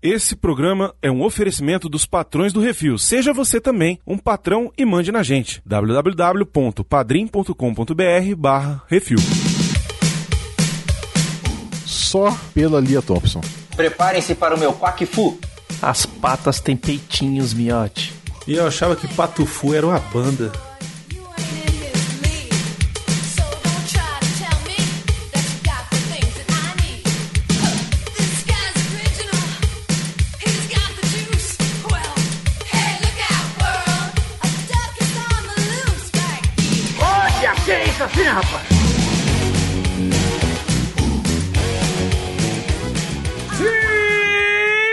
Esse programa é um oferecimento dos patrões do Refil. Seja você também um patrão e mande na gente. www.padrim.com.br barra Refil. Só pela Lia Thompson. Preparem-se para o meu Quackfu. As patas têm peitinhos, miote. E eu achava que Patufu era uma banda.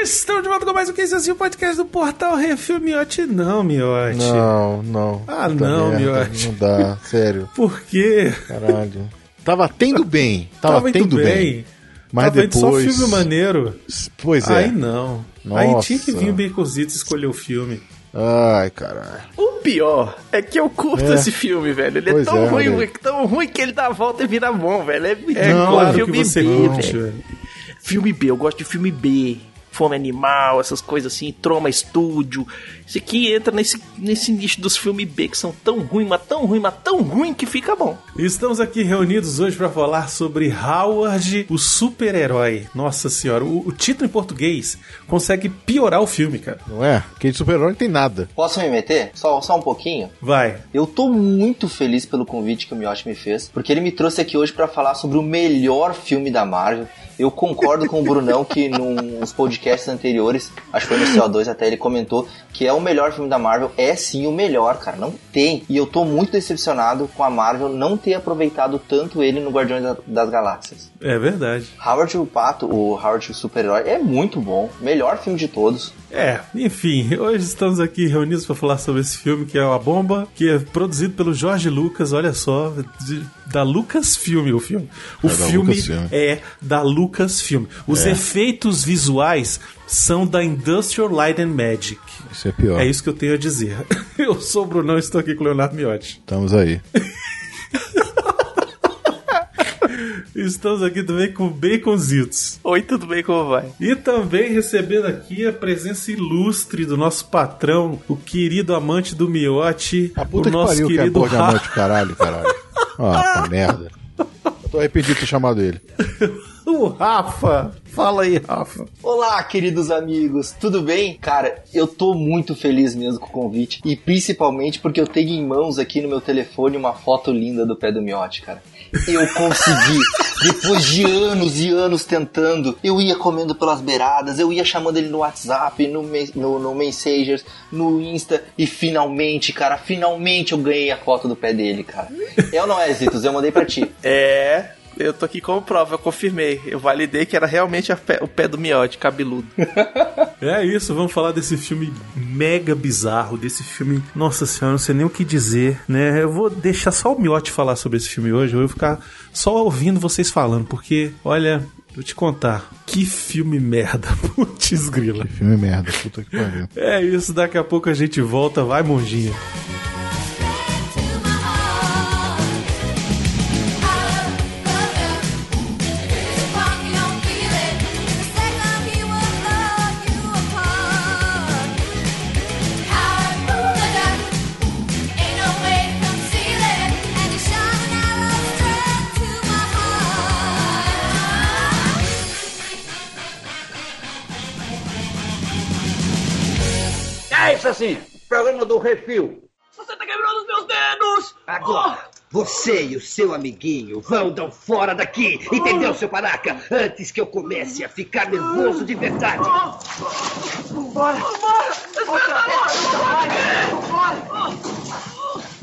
Estamos de volta com mais um Case Assim, o podcast do Portal Refil Miote. Não, Miote. Não, não. Ah, Puta não, merda, Miote. Não dá, sério. Por quê? Caralho. Tava tendo bem. Tava, tendo bem. Mas Tava indo depois. só filme maneiro. Pois é. Aí não. Aí tinha que Nossa. vir o Baconzitos escolher o filme. Ai, caralho. O pior é que eu curto É. esse filme, velho. Ele Pois é tão é, ruim, velho. tão ruim que ele dá a volta e vira bom, velho. É muito É bom. claro que filme você B, curte, velho. velho. Filme B, eu gosto de filme B. Fome Animal, essas coisas assim, Troma Estúdio. Isso aqui entra nesse, nesse nicho dos filmes B que são tão ruim, mas tão ruim, mas tão ruim que fica bom. Estamos aqui reunidos hoje para falar sobre Howard, o super-herói. Nossa senhora, o, o título em português consegue piorar o filme, cara. Não é? Porque de super-herói não tem nada. Posso me meter? Só, só um pouquinho? Vai. Eu tô muito feliz pelo convite que o Miotti me fez, porque ele me trouxe aqui hoje pra falar sobre o melhor filme da Marvel. Eu concordo com o Brunão que nos podcasts anteriores, acho que foi no CO2 até, ele comentou que é o melhor filme da Marvel. É sim o melhor, cara, não tem. E eu tô muito decepcionado com a Marvel não ter aproveitado tanto ele no Guardiões da- das Galáxias. É verdade. Howard o Pato, o Howard o Super-Herói, é muito bom. Melhor filme de todos. É, enfim, hoje estamos aqui reunidos para falar sobre esse filme que é uma bomba, que é produzido pelo Jorge Lucas, olha só, de- da Lucas Filme o filme. O É da filme Lucasfilm. é da Lucas Filme. Os efeitos visuais são da Industrial Light and Magic. Isso é pior. É isso que eu tenho a dizer. Eu sou o Brunão e estou aqui com o Leonardo Miotti. Estamos aí. Estamos aqui também com o Baconzitos. Oi, tudo bem? Como vai? E também recebendo aqui a presença ilustre do nosso patrão, o querido amante do Miote, A o puta que nosso pariu que é querido porra de Ra- amante, caralho, caralho. Ah, tá merda. Eu tô arrependido de ter chamado ele. o Rafa. Fala aí, Rafa. Olá, queridos amigos, tudo bem? Cara, eu tô muito feliz mesmo com o convite. E principalmente porque eu tenho em mãos aqui no meu telefone uma foto linda do pé do Miotti, cara. Eu consegui! Depois de anos e anos tentando, eu ia comendo pelas beiradas, eu ia chamando ele no WhatsApp, no, me- no, no Messengers, no Insta, e finalmente, cara, finalmente eu ganhei a foto do pé dele, cara. Eu não é, Zitos, eu mandei pra ti. É, eu tô aqui como prova, eu confirmei. Eu validei que era realmente a pé- o pé do miote, cabeludo. É isso, vamos falar desse filme mega bizarro, desse filme. Nossa senhora, não sei nem o que dizer, né? Eu vou deixar só o Miote falar sobre esse filme hoje, eu vou ficar só ouvindo vocês falando, porque, olha, vou te contar. Que filme merda, putz grila. Filme merda, puta que pariu. É isso, daqui a pouco a gente volta, vai, Monjinha. É isso assim, programa do refil. Você tá quebrando os meus dedos! Agora, você e o seu amiguinho vão dar um fora daqui, entendeu, seu paraca? Antes que eu comece a ficar nervoso de verdade.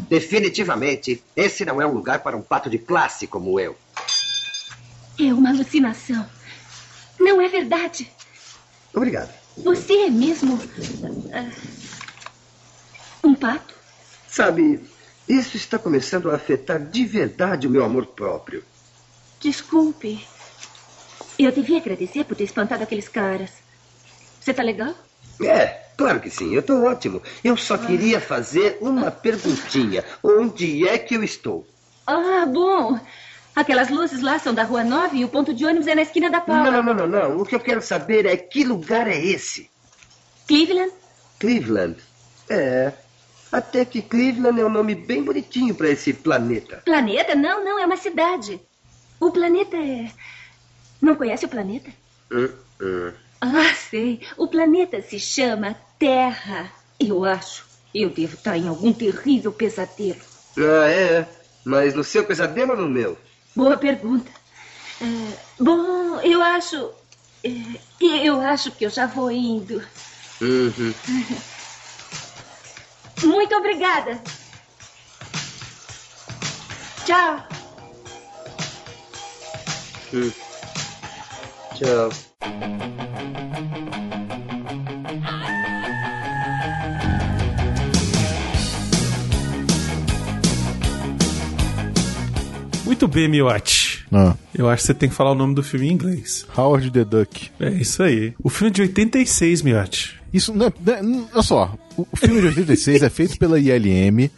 Definitivamente, esse não é um lugar para um pato de classe como eu. É uma alucinação. Não é verdade. Obrigado. Você é mesmo. ah, um pato? Sabe, isso está começando a afetar de verdade o meu amor próprio. Desculpe. Eu devia agradecer por ter espantado aqueles caras. Você tá legal? É, claro que sim, eu tô ótimo. Eu só queria fazer uma perguntinha. Onde é que eu estou? Ah, bom. Aquelas luzes lá são da Rua 9 e o ponto de ônibus é na esquina da Paula. Não, não, não, não, não. O que eu quero saber é que lugar é esse? Cleveland? Cleveland. É. Até que Cleveland é um nome bem bonitinho pra esse planeta. Planeta? Não, não, é uma cidade. O planeta é. Não conhece o planeta? Hum, hum. Ah, sei. O planeta se chama Terra. Eu acho. Eu devo estar em algum terrível pesadelo. Ah, é, é. Mas no seu pesadelo ou no meu? Boa pergunta. É, bom, eu acho. é, eu acho que eu já vou indo. Uhum. Muito obrigada. Tchau. Tchau. Muito bem, Miotti. Ah, Eu acho que você tem que falar o nome do filme em inglês. Howard the Duck. É isso aí. O filme é de 86, Miotti. Isso não é. não é- não- olha só, o o filme de 86 é feito pela ILM,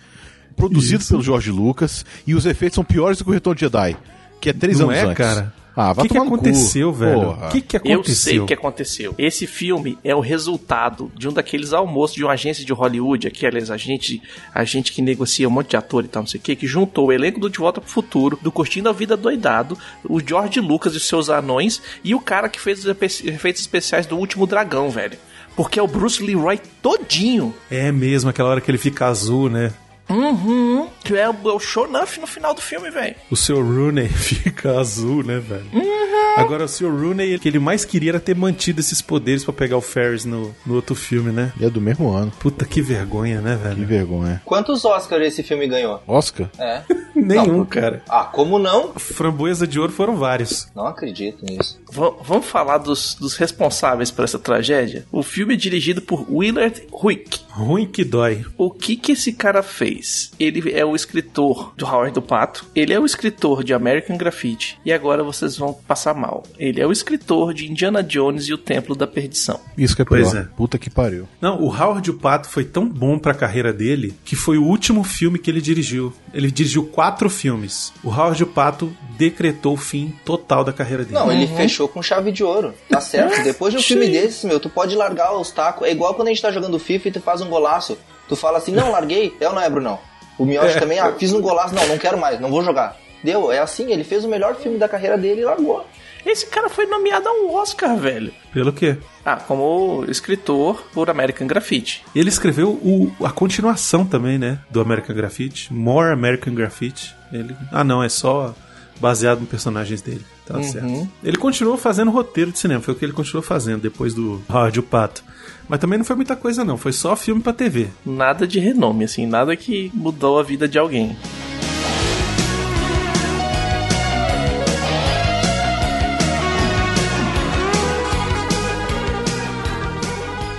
produzido pelo Jorge Lucas, e os efeitos são piores do que o Retorno de Jedi, que é três Não anos é, antes. cara? Ah, vai o que, que tomar no cu. aconteceu, velho? Porra. O que, que Eu sei aconteceu? o que aconteceu. Esse filme é o resultado de um daqueles almoços de uma agência de Hollywood, aqueles agente, agente que negocia um monte de ator e tal, não sei o que, que juntou o elenco do De Volta pro Futuro, do Curtindo a Vida Doidado, o George Lucas e os seus anões, e o cara que fez os efe- efeitos especiais do Último Dragão, velho. Porque é o Bruce Leroy todinho. É mesmo, aquela hora que ele fica azul, né? Uhum. Que é o, é o Shonuff no final do filme, velho. O seu Rooney fica azul, né, velho? Uhum. Agora, o seu Rooney, o que ele mais queria era ter mantido esses poderes pra pegar o Ferris no, no outro filme, né? E é do mesmo ano. Puta que vergonha, né, Que velho? vergonha. Quantos Oscars esse filme ganhou? Oscar? É. Nenhum, Não. cara. Ah, como não? Framboesa de ouro foram vários. Não acredito nisso. V- vamos falar dos, dos responsáveis por essa tragédia? O filme é dirigido por Willard Huick. Ruim que dói. O que que esse cara fez? Ele é o escritor do Howard do Pato, ele é o escritor de American Graffiti, e agora vocês vão passar mal. Ele é o escritor de Indiana Jones e o Templo da Perdição. Isso que é pior. Pois é. Puta que pariu. Não, o Howard o Pato foi tão bom pra carreira dele que foi o último filme que ele dirigiu. Ele dirigiu quatro filmes. O Howard o Pato decretou o fim total da carreira dele. Não, ele Uhum. fechou com chave de ouro. Tá certo. Depois de um filme desses, meu, tu pode largar os tacos. É igual quando a gente tá jogando FIFA e tu faz um golaço. Tu fala assim, não, larguei. Eu não é, Brunão. O Miotti É. também, ah, fiz um golaço. Não, não quero mais, não vou jogar. Deu, é assim, ele fez o melhor filme da carreira dele e largou. Esse cara foi nomeado a um Oscar, velho. é- Pelo quê? Ah, como escritor por American Graffiti. Ele escreveu o- a continuação também, né? Do American Graffiti. More American Graffiti. Ele, ah, não, é só baseado em personagens dele. Tá certo. Ele continuou fazendo roteiro de cinema. Foi o que ele continuou fazendo depois do Howard o Pato. Mas também não foi muita coisa, não. Foi só filme pra TV. Nada de renome, assim, nada que mudou a vida de alguém.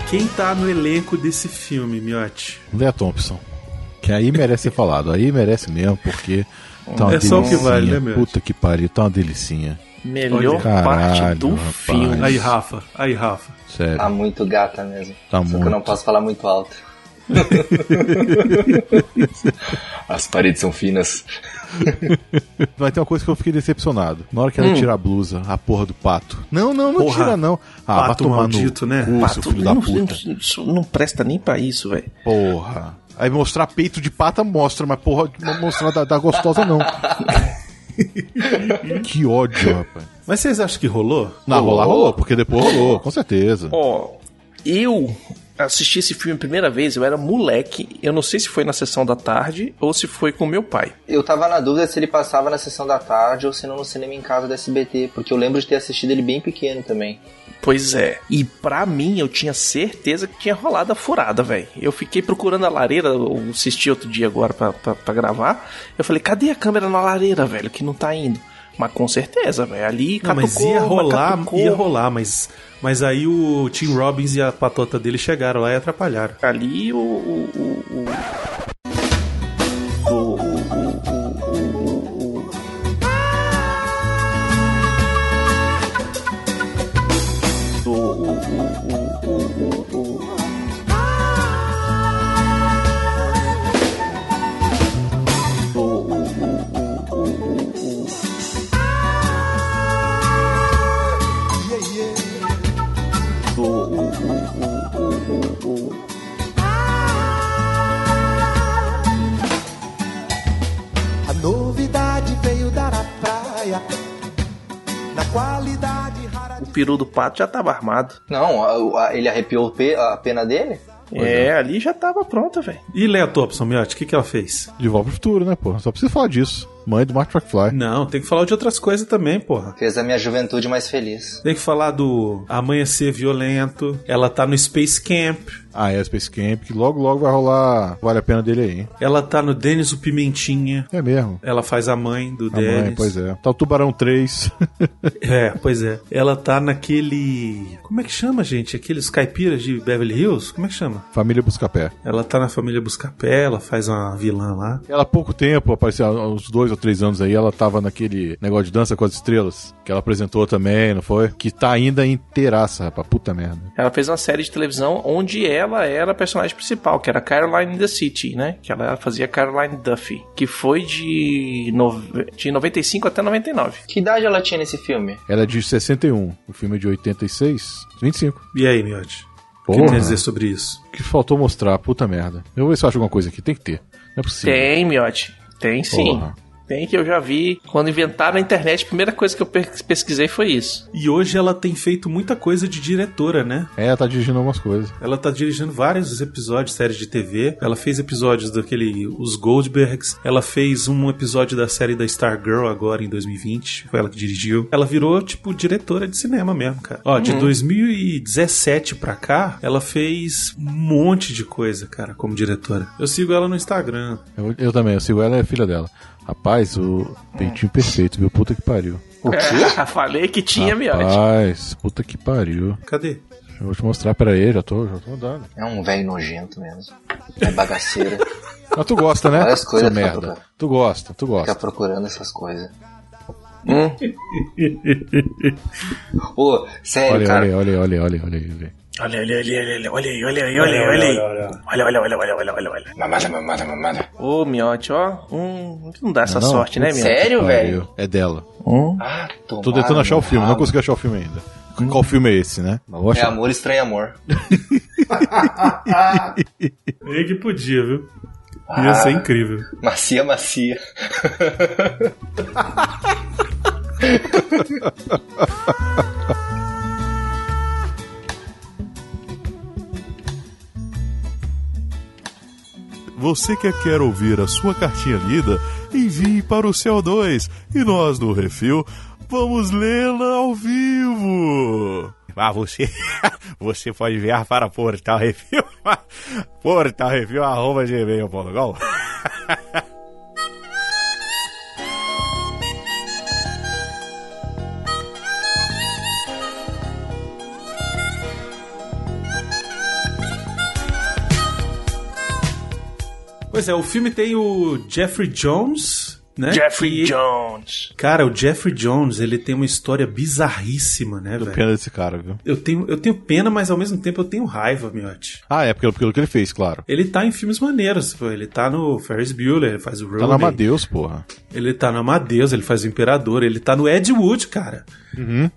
Quem tá no elenco desse filme, Miotti? André Thompson. Que aí merece ser falado. Aí merece mesmo, porque tá uma É só o que delicinha. vale, né, meu? Puta que pariu, tá uma delicinha. Melhor Olha. parte Caralho, do rapaz. filme. Aí, Rafa. Aí, Rafa. Sério. Tá muito gata mesmo. Tá Só que eu não muito. posso falar muito alto. As paredes são finas. Vai ter uma coisa que eu fiquei decepcionado. Na hora que ela tira a blusa, a porra do pato. Não, não, não Hum. Porra. tira, não. Ah, vai Pato tomar maldito, no né? cu, seu filho da não, puta. não- isso não presta nem pra isso, velho. Porra. Aí mostrar peito de pata mostra, mas porra, não mostrar da, da gostosa não. que ódio, rapaz. Mas vocês acham que rolou? Não, rolar rolou, porque depois rolou, com certeza. Ó, eu assisti esse filme a primeira vez, eu era moleque. Eu não sei se foi na sessão da tarde ou se foi com meu pai. Eu tava na dúvida se ele passava na sessão da tarde ou se não no cinema em casa da SBT, porque eu lembro de ter assistido ele bem pequeno também. Pois é. E pra mim, eu tinha certeza que tinha rolado a furada, velho. Eu fiquei procurando a lareira, eu assisti outro dia agora pra, pra, pra gravar. Eu falei, cadê a câmera na lareira, velho, que não tá indo? Mas com certeza, velho. Ali Não, catucou, mas ia rolar, catucou. ia rolar, mas, mas aí o Tim Robbins e a patota dele chegaram lá e atrapalharam. Ali o. o, o, o... o- o- o- o- o- o- o- o- o- o- o- o- o- o- o- o- o- o- o- o- o- A novidade veio dar a praia. Na qualidade rara o de peru do pato já tava armado. Não, a- a- ele arrepiou o pe- a pena dele? é, ali já tava pronta, velho. E Leia Thompson, Miotti, o que, que ela fez? De volta pro futuro, né, pô? Só precisa falar disso. Mãe do Mark McFly. Não, tem que falar de outras coisas também, porra. Fez a minha juventude mais feliz. Tem que falar do amanhecer violento. Ela tá no Space Camp. Ah, é Space Camp, que logo, logo vai rolar. Vale a pena dele aí, hein? Ela tá no Denis o Pimentinha. É mesmo. Ela faz a mãe do A mãe, Denis. pois é. Tá o Tubarão 3. É, pois é. Ela tá naquele. Como é que chama, gente? Aqueles caipiras de Beverly Hills? Como é que chama? Família Buscapé. Ela tá na família Buscapé, ela faz uma vilã lá. Ela há pouco tempo, apareceu há uns dois ou três anos aí, ela tava naquele negócio de dança com as estrelas, que ela apresentou também, não foi? Que tá ainda inteiraça, rapaz. Puta merda. Ela fez uma série de televisão onde ela era a personagem principal, que era Caroline in the City, né? Que ela fazia Caroline Duffy, que foi de, nove- de 95 até 99. Que idade ela tinha nesse filme? Ela é de 61, o filme é de 86, 25. E aí, Miotti? O que Porra. tem a dizer sobre isso? O que faltou mostrar, puta merda. Eu vou ver se eu acho alguma coisa aqui, tem que ter. Não é possível. Tem, Miotti. Tem sim. Porra. Tem que eu já vi. Quando inventaram a internet, a primeira coisa que eu pe- pesquisei foi isso. E hoje ela tem feito muita coisa de diretora, né? É, tá dirigindo algumas coisas. Ela tá dirigindo vários episódios, séries de TV. Ela fez episódios daquele Os Goldbergs. Ela fez um episódio da série da Stargirl agora em 2020. Foi ela que dirigiu. Ela virou, tipo, diretora de cinema mesmo, cara. Ó, de 2017 pra cá, ela fez um monte de coisa, cara, como diretora. Eu sigo ela no Instagram. Eu, eu também, eu sigo ela é filha dela. Rapaz, o peitinho perfeito, viu? Puta que pariu. Falei que tinha, Miotti. Rapaz, puta que pariu. Cadê? Eu vou te mostrar, peraí, já tô, já tô andando. É um velho nojento mesmo. É bagaceira. Mas tu gosta, né? Várias coisas Seu pra merda. procurar. Tu gosta, tu Fica gosta. procurando essas coisas. Hum. Ô, sério, Olha aí, cara. olha aí, olha aí, olha aí, olha aí, olha aí, olha aí. Olha, olha, olha, olha, olha, aí, olha, aí, olha, aí, olha, aí. olha, olha, olha, olha, olha, olha, olha. Mamada, mamada, mamada. Ô, Miotti, ó. Hum, não dá essa Não, sorte, né, putz, Miotti? Sério, Pariu. velho? É dela. Hum. Ah, tomara, Tô tentando achar o filme, não rabo. consegui achar o filme ainda. Hum. Qual filme é esse, né? Mas vou É achar. amor, estranho amor. Nem que podia, viu? Ah. Ia ser incrível. Macia, macia. Você que quer ouvir a sua cartinha lida, envie para o CO2 e nós do Refil vamos lê-la ao vivo. Ah, você, você pode enviar para Portal Refil, portal refil arroba gmail.com. Pois é, o filme tem o Jeffrey Jones, né? Jeffrey E- Jones. Cara, o Jeffrey Jones, ele tem uma história bizarríssima, né, velho? Pena desse cara, viu? Eu tenho, eu tenho pena, mas ao mesmo tempo eu tenho raiva, Miotti. Ah, é pelo, pelo que ele fez, claro. Ele tá em filmes maneiros, pô. Ele tá no Ferris Bueller, ele faz o Tá na Road. Amadeus, porra. ele tá no Amadeus, ele faz o Imperador. Ele tá no Ed Wood, cara.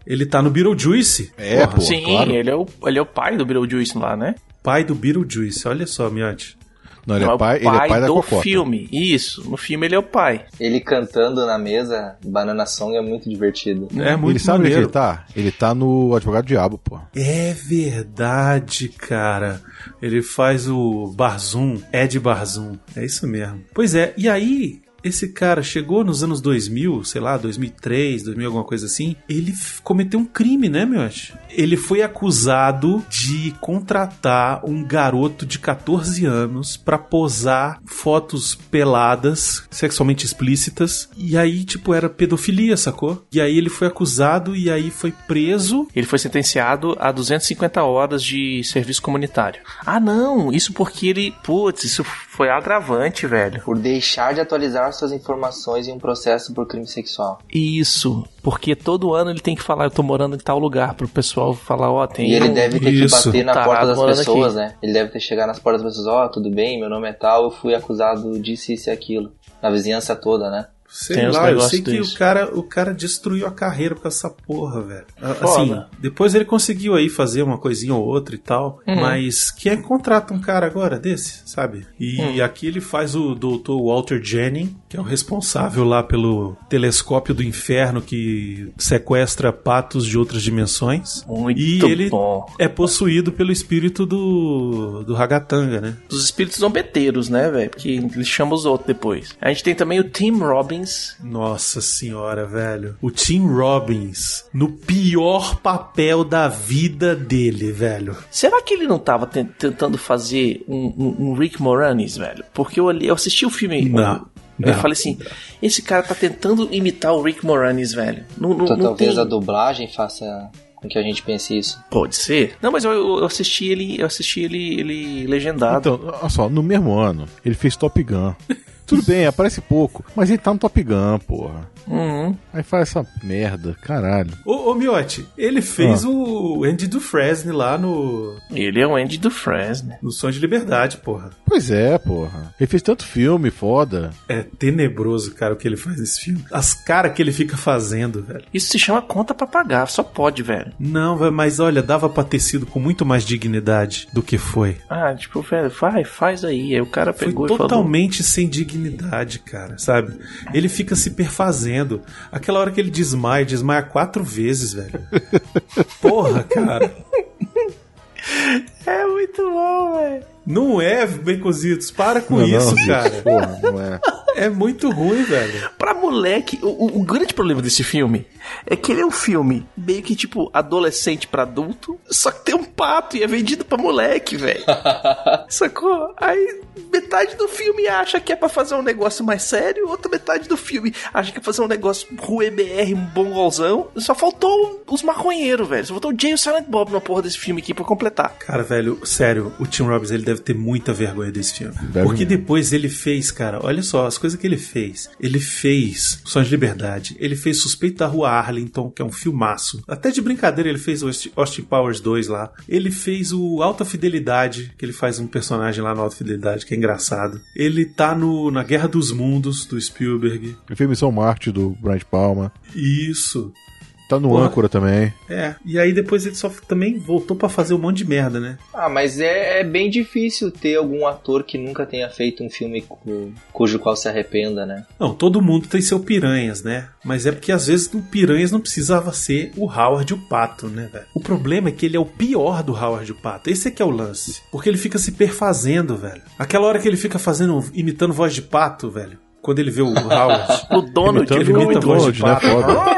Ele tá no Beetlejuice. Uhum. É, porra, Sim, claro. ele, é o, ele é o pai do Beetlejuice lá, né? Pai do Beetlejuice, olha só, Miotti. Não, ele Não, é pai, ele é pai da do cocota. filme. Isso, no filme ele é o pai. Ele cantando na mesa, Banana Song é muito divertido. É muito Ele sabe onde é que maneiro. ele tá? Ele tá no Advogado Diabo, porra. É verdade, cara. Ele faz o Barzum, Ed Barzum. É isso mesmo. Pois é, e aí esse cara chegou nos anos 2000, sei lá, 2003, 2000, alguma coisa assim. Ele f- cometeu um crime, né, meu? anjo? Ele foi acusado de contratar um garoto de 14 anos pra posar fotos peladas, sexualmente explícitas. E aí, tipo, era pedofilia, sacou? E aí ele foi acusado e aí foi preso Ele foi sentenciado a 250 horas de serviço comunitário. Ah, não, isso porque ele. Putz, isso foi agravante, velho. Por deixar de atualizar suas informações em um processo por crime sexual. Isso, porque todo ano ele tem que falar, eu tô morando em tal lugar, pro pessoal falar, ó, tem. E ele um- deve ter Isso. que bater na Tarado porta das morando pessoas, aqui. né? Ele deve ter chegado nas portas das pessoas, ó, tudo bem, meu nome é tal, eu fui acusado disso, isso e aquilo. Na vizinhança toda, né? Sei Tem uns lá, eu negócios sei que desse. o cara, o cara destruiu a carreira por causa dessa porra, velho. A- Foda. Assim, depois ele conseguiu aí fazer uma coisinha ou outra e tal, mas quem é que contrata um cara agora desse, sabe? E aqui ele faz o doutor Walter Jennings, que é o responsável lá pelo telescópio do inferno que sequestra patos de outras dimensões. Muito e ele bom. é possuído pelo espírito do, do Hagatanga, né? Dos espíritos zombeteiros, né, velho? Porque eles chamam os outros depois. A gente tem também o Tim Robbins. Nossa senhora, velho. O Tim Robbins no pior papel da vida dele, velho. Será que ele não tava ten- tentando fazer um, um- um Rick Moranis, velho? Porque eu, olhei- eu assisti o filme. Não, Eu não. falei assim: esse cara tá tentando imitar o Rick Moranis, velho. Não, não, Então, não talvez tem- a dublagem faça com que a gente pense isso. Pode ser. Não, mas eu, eu assisti ele, eu assisti ele, ele legendado. Então, olha só, no mesmo ano, ele fez Top Gun. Tudo bem, aparece pouco, mas ele tá no Top Gun, porra. Então. Uhum. Aí faz essa merda, caralho. Ô, ô Miotti, ele fez o Andy Dufresne lá no, Ele é o Andy do Fresno. no Sonho de Liberdade, porra. Pois é, porra. Ele fez tanto filme, foda. É tenebroso, cara, o que ele faz nesse filme. As caras que ele fica fazendo, velho. Isso se chama conta pra pagar, só pode, velho. Não, velho, mas olha, dava pra ter sido com muito mais dignidade do que foi. Ah, tipo, velho, vai, faz aí. Aí o cara Foi pegou e falou. totalmente sem dignidade, cara, sabe? Ele fica se perfazendo. Aquela hora que ele desmaia, desmaia quatro vezes, velho. Porra, cara. É muito bom, velho. Não é, Becositos. Para com Não, não, isso, gente, cara. Porra, não é. É muito ruim, velho. Pra moleque, o, o- o grande problema desse filme é que ele é um filme meio que tipo adolescente pra adulto, só que tem um pato e é vendido pra moleque, velho. Sacou? Aí metade do filme acha que é pra fazer um negócio mais sério, outra metade do filme acha que é fazer um negócio rua EBR, um bongolzão. Só faltou um, os maconheiros, velho. Só faltou o Jay e o Silent Bob na porra desse filme aqui pra completar. Cara, velho, sério, o Tim Robbins ele deve ter muita vergonha desse filme. Deve Porque mesmo. depois ele fez, cara, olha só, as coisas que ele fez. Ele fez Sonhos de Liberdade, ele fez Suspeito da Rua Arlington, que é um filmaço. Até de brincadeira ele fez o Austin- Austin Powers 2 lá. Ele fez o Alta Fidelidade, que ele faz um personagem lá no Alta Fidelidade, que é engraçado. Ele tá no, na Guerra dos Mundos, do Spielberg. Ele fez Missão Marte do Brian de Palma. Isso. Tá no Porra. âncora também. É, e aí depois ele só também voltou pra fazer um monte de merda, né? Ah, mas é, é bem difícil ter algum ator que nunca tenha feito um filme cu- cujo qual se arrependa, né? Não, todo mundo tem seu Piranhas, né? Mas é porque às vezes o Piranhas não precisava ser o Howard o Pato, né, velho? O problema é que ele é o pior do Howard o Pato. Esse é que é o lance. Porque ele fica se perfazendo, velho. Aquela hora que ele fica fazendo, imitando voz de pato, velho. Quando ele vê o Howard. O dono Imitando ele ficou o muito bom. dono. Donald, né? Foda.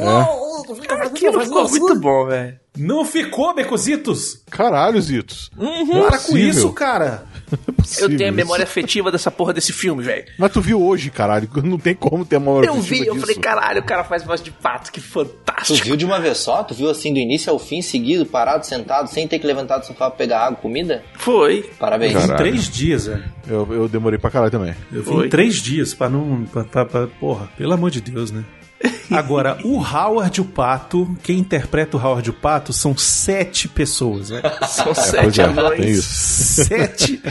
É. Aquilo ficou muito bom, velho. não ficou, Becositos? Caralho, Zitos. Não é Para com possível. isso, cara! Não é possível Uhum. Eu tenho a isso. memória afetiva dessa porra desse filme, velho. Mas tu viu hoje, caralho. Não tem como ter a memória Eu vi, afetiva eu falei, disso. caralho, o cara faz voz de pato, que Tu fantástico. viu de uma vez só? Tu viu assim do início ao fim, seguido, parado, sentado, sem ter que levantar do sofá pra pegar água, comida? Foi. Parabéns. Cara. Em Caralho. três dias, velho. Eu, eu demorei pra caralho também. Eu vi Foi. em três dias pra não. Pra, pra- pra- porra, pelo amor de Deus, né? Agora, o Howard o Pato, quem interpreta o Howard o Pato são sete pessoas, né? São Pois sete é, anões. tem isso. Sete?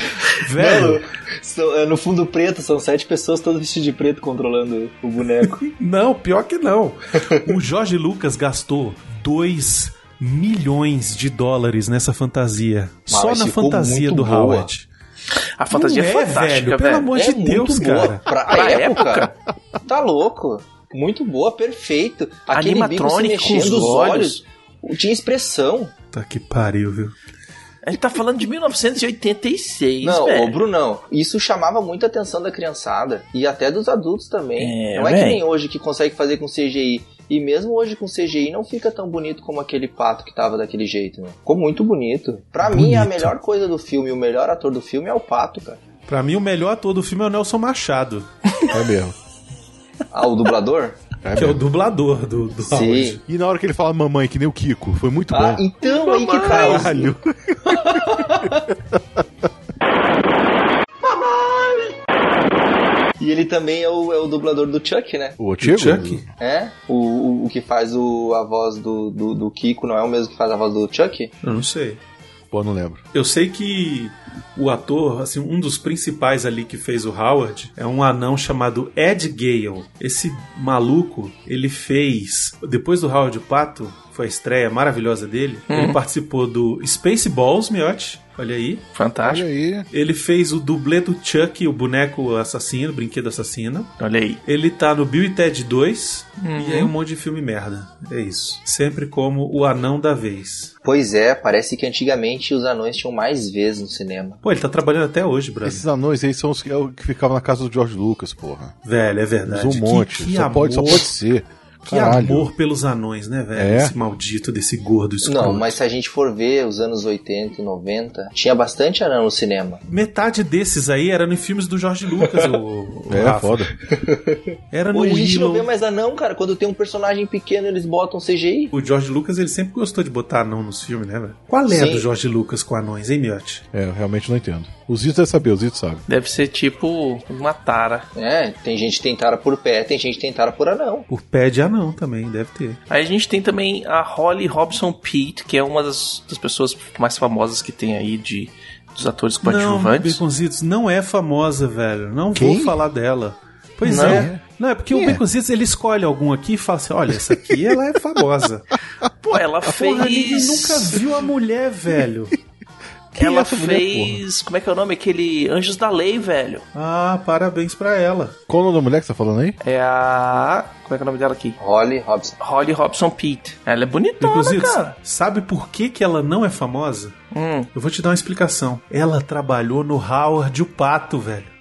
Velho, São- é, no fundo preto, são sete pessoas todas vestidas de preto controlando o boneco. não, pior que não. O Jorge Lucas gastou dois milhões de dólares nessa fantasia. Mas só na ficou fantasia muito do boa. Howard. A fantasia Não é é, fantástica, velho, velho. pelo amor de Deus, cara. É Pra, Pra época, Tá louco. Muito boa, perfeito. Aquele bico se Animatrônico com mexendo os os olhos. olhos. Tinha expressão. Tá que pariu, viu? A gente tá falando de 1986, não, ô velho. Brunão, isso chamava muita atenção da criançada e até dos adultos também. É, não é que véi. nem hoje que consegue fazer com CGI. E mesmo hoje com CGI não fica tão bonito como aquele pato que tava daquele jeito, né? Ficou muito bonito. Pra mim, a Bonito. melhor coisa do filme, o melhor ator do filme é o pato, cara. Pra mim, o melhor ator do filme é o Nelson Machado, É mesmo. Ah, o dublador? É que é o mesmo. dublador do, do Howard. Sim. E na hora que ele fala mamãe, que nem o Kiko, foi muito Ah, bom. então aí é que tá isso. Caralho. E ele também é o, é o dublador do Chuck, né? O Tigo? Chuck? É? O, o, o que faz o, a voz do, do, do Kiko não é o mesmo que faz a voz do Chuck? Eu não sei. Pô, não lembro. Eu sei que o ator, assim, um dos principais ali que fez o Howard é um anão chamado Ed Gale. Esse maluco, ele fez. Depois do Howard o Pato, foi a estreia maravilhosa dele. Ele participou do Spaceballs, Miotti. Olha aí. Olha Fantástico. aí. Ele fez o dublê do Chuck, o boneco assassino, o brinquedo assassino. Olha aí. Ele tá no Bill e Ted 2 e aí um monte de filme merda. É isso. Sempre como o anão da vez. Pois é, parece que antigamente os anões tinham mais vezes no cinema. Pô, ele tá trabalhando até hoje, brother. Esses anões aí são os que, é o que ficavam na casa do George Lucas, porra. Velho, é Mas verdade. um monte. Que, que só, amor, pode, só pode ser. que Caralho. amor pelos anões, né, velho? É. Esse maldito desse gordo escuro. Não, mas se a gente for ver os anos 80 e 90, tinha bastante anão no cinema. Metade desses aí eram em filmes do Jorge Lucas, o, o É, Rafa. foda. Era no Hoje a gente não Willow. vê mais anão, cara. Quando tem um personagem pequeno, eles botam CGI. O Jorge Lucas, ele sempre gostou de botar anão nos filmes, né, velho? Qual é a Sim. do Jorge Lucas com anões, hein, Miotti? É, eu realmente não entendo. O Zito deve saber, o Zito sabe. Deve ser tipo uma tara. É, tem gente que tentara por pé, tem gente que tentara por anão. Por pé de anão também, deve ter. Aí a gente tem também a Holly Robson Pete, que é uma das, das pessoas mais famosas que tem aí de, dos atores Não, coadjuvantes. Baconzitos, não é famosa, velho. Não Quem? vou falar dela. Pois Não. é. Não, é porque Quem o é? Baconzitos, ele escolhe algum aqui e fala assim, olha, essa aqui, ela é famosa. Pô, ela fez. Porra, ninguém nunca viu a mulher, velho. Quem ela é essa mulher, fez. Como é que é o nome? Aquele Anjos da Lei, velho. Ah, parabéns pra ela. Qual o nome da mulher que você tá falando aí? É a. Como é que é o nome dela aqui? Holly Robson. Holly Robson Pete. Ela é bonitona, Baconzitos, cara. sabe por que, que ela não é famosa? Hum. Eu vou te dar uma explicação. Ela trabalhou no Howard o Pato, velho.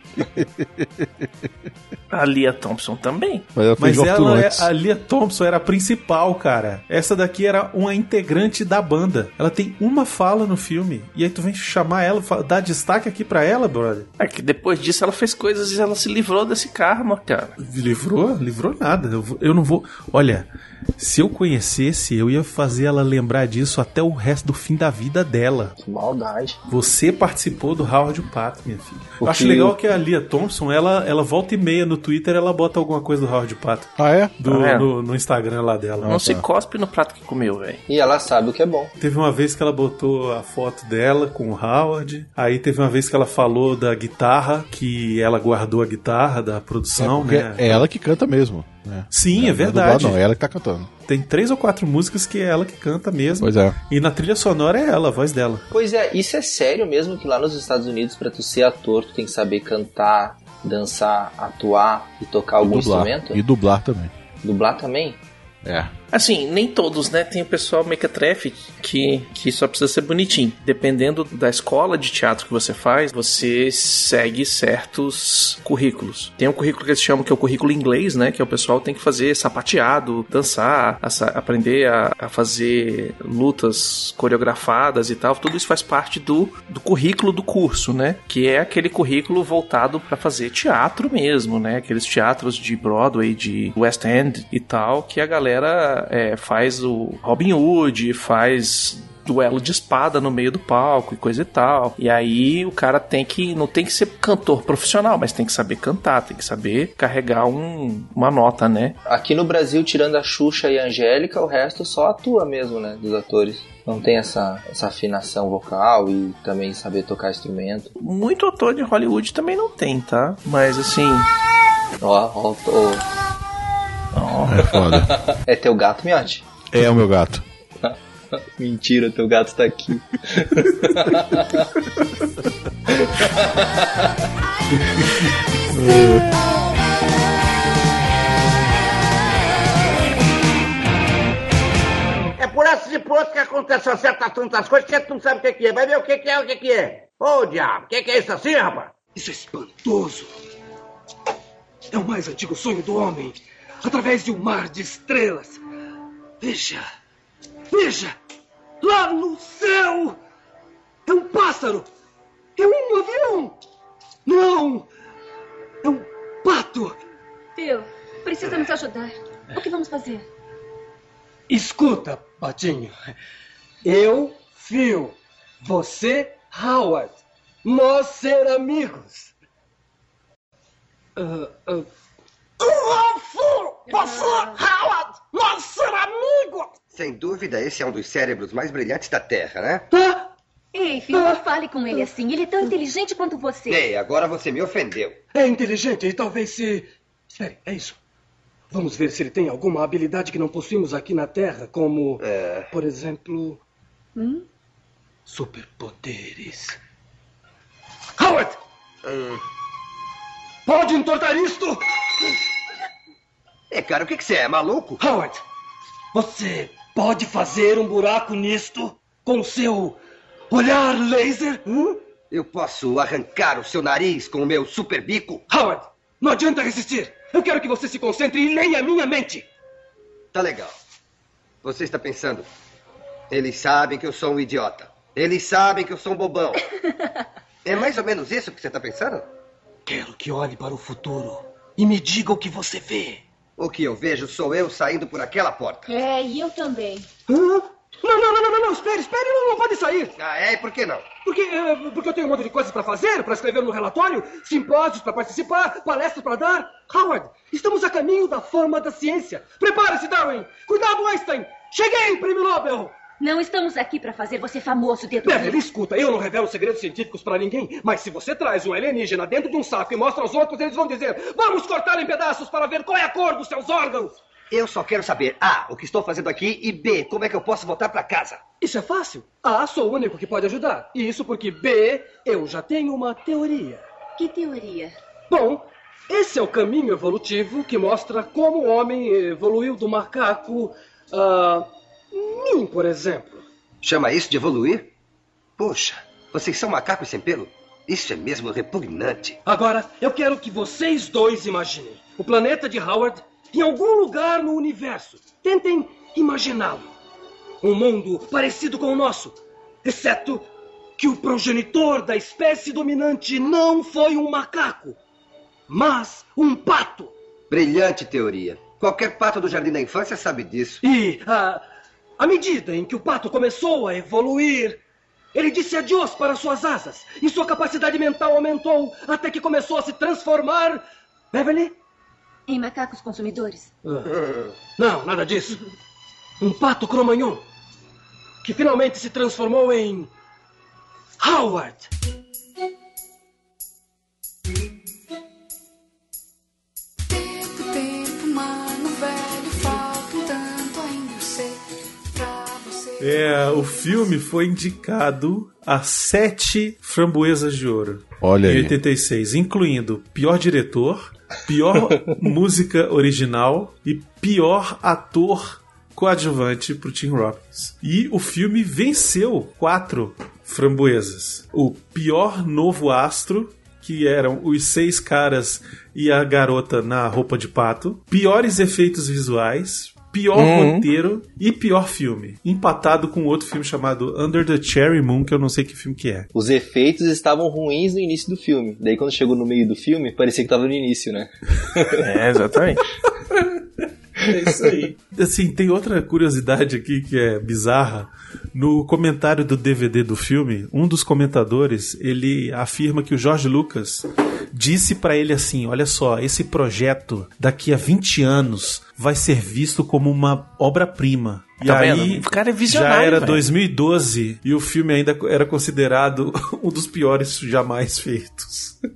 A Lia Thompson também. Mas ela Mas fez Jorge ela, é, antes. a Lia Thompson era a principal, cara. Essa daqui era uma integrante da banda. Ela tem uma fala no filme. E aí tu vem chamar ela, fa- dar destaque aqui pra ela, brother. É que depois disso ela fez coisas e ela se livrou desse karma, cara. Livrou? Livrou nada. Eu, vou- eu não vou. Olha, se eu conhecesse, eu ia fazer ela lembrar disso até o resto do fim da vida dela. Que maldade. Você participou do Howard o Pato, minha filha. Eu O acho que- legal que a Lia Thompson, ela, ela volta e meia no Twitter, ela bota alguma coisa do Howard o Pato. Ah, é? Do- Ah, é? no, no Instagram lá dela. Não se cospe no prato que comeu, velho. E ela sabe o que é bom. Teve uma vez que ela botou a foto dela com o Howard. Aí teve uma vez que ela falou da guitarra, que ela guardou a guitarra da produção, Porque né? é ela que canta mesmo. né? Sim, é, Não verdade. dublado, não, é ela que tá cantando. Tem três ou quatro músicas que é ela que canta mesmo. Pois é. E na trilha sonora é ela, a voz dela. Pois é, isso é sério mesmo que lá nos Estados Unidos, pra tu ser ator, tu tem que saber cantar, dançar, atuar e tocar algum Dublar. instrumento? E dublar também. Dublar também? É. Assim, nem todos, né? Tem o pessoal mequetrefe que, que só precisa ser bonitinho. Dependendo da escola de teatro que você faz, você segue certos currículos. Tem um currículo que eles chamam que é o currículo inglês, né? Que é o pessoal tem que fazer sapateado, dançar, a sa- aprender a, a fazer lutas coreografadas e tal. Tudo isso faz parte do, do currículo do curso, né? Que é aquele currículo voltado para fazer teatro mesmo, né? Aqueles teatros de Broadway, de West End e tal, que a galera é, faz o Robin Hood, faz duelo de espada no meio do palco e coisa e tal. E aí o cara tem que não tem que ser cantor profissional, mas tem que saber cantar, tem que saber carregar um- uma nota, né? Aqui no Brasil, tirando a Xuxa e a Angélica, o resto só atua mesmo, né? Dos atores. Não tem essa, essa afinação vocal e também saber tocar instrumento. Muito ator de Hollywood também não tem, tá? Mas assim, Ó, ó, ó. É foda. É teu gato, Miote? é o meu gato. Mentira, teu gato tá aqui. É por essas e por outras que acontecem uma certa tantas coisas que a gente não sabe o que que é. Vai ver o que que é, o que que é. Ô, diabo, o que que é isso assim, rapaz? Isso é espantoso! É o mais antigo sonho do homem através de um mar de estrelas. Veja! Veja! Lá no céu! É um pássaro! É um avião! Não! É um pato! Phil, precisa nos ajudar. O que vamos fazer? Escuta, Patinho. Eu, Phil. Você, Howard. Nós ser amigos. Ah, ah, Sem dúvida, esse é um dos cérebros mais brilhantes da Terra, né? tá? É, Rayfield, não fale com ele assim. Ele é tão inteligente quanto você. Ei, agora você me ofendeu. É inteligente e talvez se. Espere, é isso. Vamos ver se ele tem alguma habilidade que não possuímos aqui na Terra, como, É, por exemplo, Hum? superpoderes. Howard! Pode entortar isto? é cara, o que, que você é? Maluco? Howard! Você pode fazer um buraco nisto com seu olhar laser? Hum? Eu posso arrancar o seu nariz com o meu super bico? Howard, não adianta resistir! Eu quero que você se concentre e leia a minha mente! Tá legal. Você está pensando. Eles sabem que eu sou um idiota. Eles sabem que eu sou um bobão. É mais ou menos isso que você está pensando? Quero que olhe para o futuro e me diga o que você vê. O que eu vejo sou eu saindo por aquela porta. É, e eu também. Hã? Não, não, não, não, não, não, espere, espere, não, não pode sair. Ah, é? E por que não? Porque, eh, porque eu tenho um monte de coisas para fazer, para escrever no relatório, simpósios para participar, palestras para dar. Howard, estamos a caminho da fama da ciência. Prepare-se, Darwin. Cuidado, Einstein. Cheguei, prêmio Nobel. Não estamos aqui pra fazer você famoso, dedo. Beverly, escuta, eu não revelo segredos científicos para ninguém, mas se você traz um alienígena dentro de um saco e mostra aos outros, eles vão dizer: vamos cortar em pedaços para ver qual é a cor dos seus órgãos. Eu só quero saber, A, o que estou fazendo aqui e B, como é que eu posso voltar pra casa? Isso é fácil. A, sou o único que pode ajudar. E isso porque B, eu já tenho uma teoria. Que teoria? Bom, esse é o caminho evolutivo que mostra como o homem evoluiu do macaco a mim, por exemplo. Chama isso de evoluir? Poxa, vocês são macacos sem pelo? Isso é mesmo repugnante. Agora, eu quero que vocês dois imaginem o planeta de Howard em algum lugar no universo. Tentem imaginá-lo. Um mundo parecido com o nosso, exceto que o progenitor da espécie dominante não foi um macaco, mas um pato. Brilhante teoria. Qualquer pato do jardim da infância sabe disso. E ah, à medida em que o pato começou a evoluir, ele disse adiós para suas asas e sua capacidade mental aumentou até que começou a se transformar. Beverly? Em macacos consumidores? Não, nada disso. Um pato cromanhon que finalmente se transformou em Howard. Tempo, tempo, mano, velho, falta um tanto ainda eu sei pra você. É, o filme foi indicado a sete framboesas de ouro. Olha Em aí. 86, incluindo pior diretor, pior música original e pior ator coadjuvante pro Tim Robbins. E o filme venceu quatro framboesas. O pior novo astro, que eram os seis caras e a garota na roupa de pato, piores efeitos visuais, pior Uhum. roteiro e pior filme. Empatado com outro filme chamado Under the Cherry Moon, que eu não sei que filme que é. Os efeitos estavam ruins no início do filme. Daí quando chegou no meio do filme, parecia que tava no início, né? É, exatamente. É isso aí. Assim, tem outra curiosidade aqui que é bizarra. No comentário do DVD do filme, um dos comentadores, ele afirma que o Jorge Lucas disse pra ele assim: "Olha só, esse projeto daqui a 20 anos vai ser visto como uma obra-prima". E Tá aí, vendo? O cara é visionário, Já era velho. 2012 e o filme ainda era considerado um dos piores jamais feitos.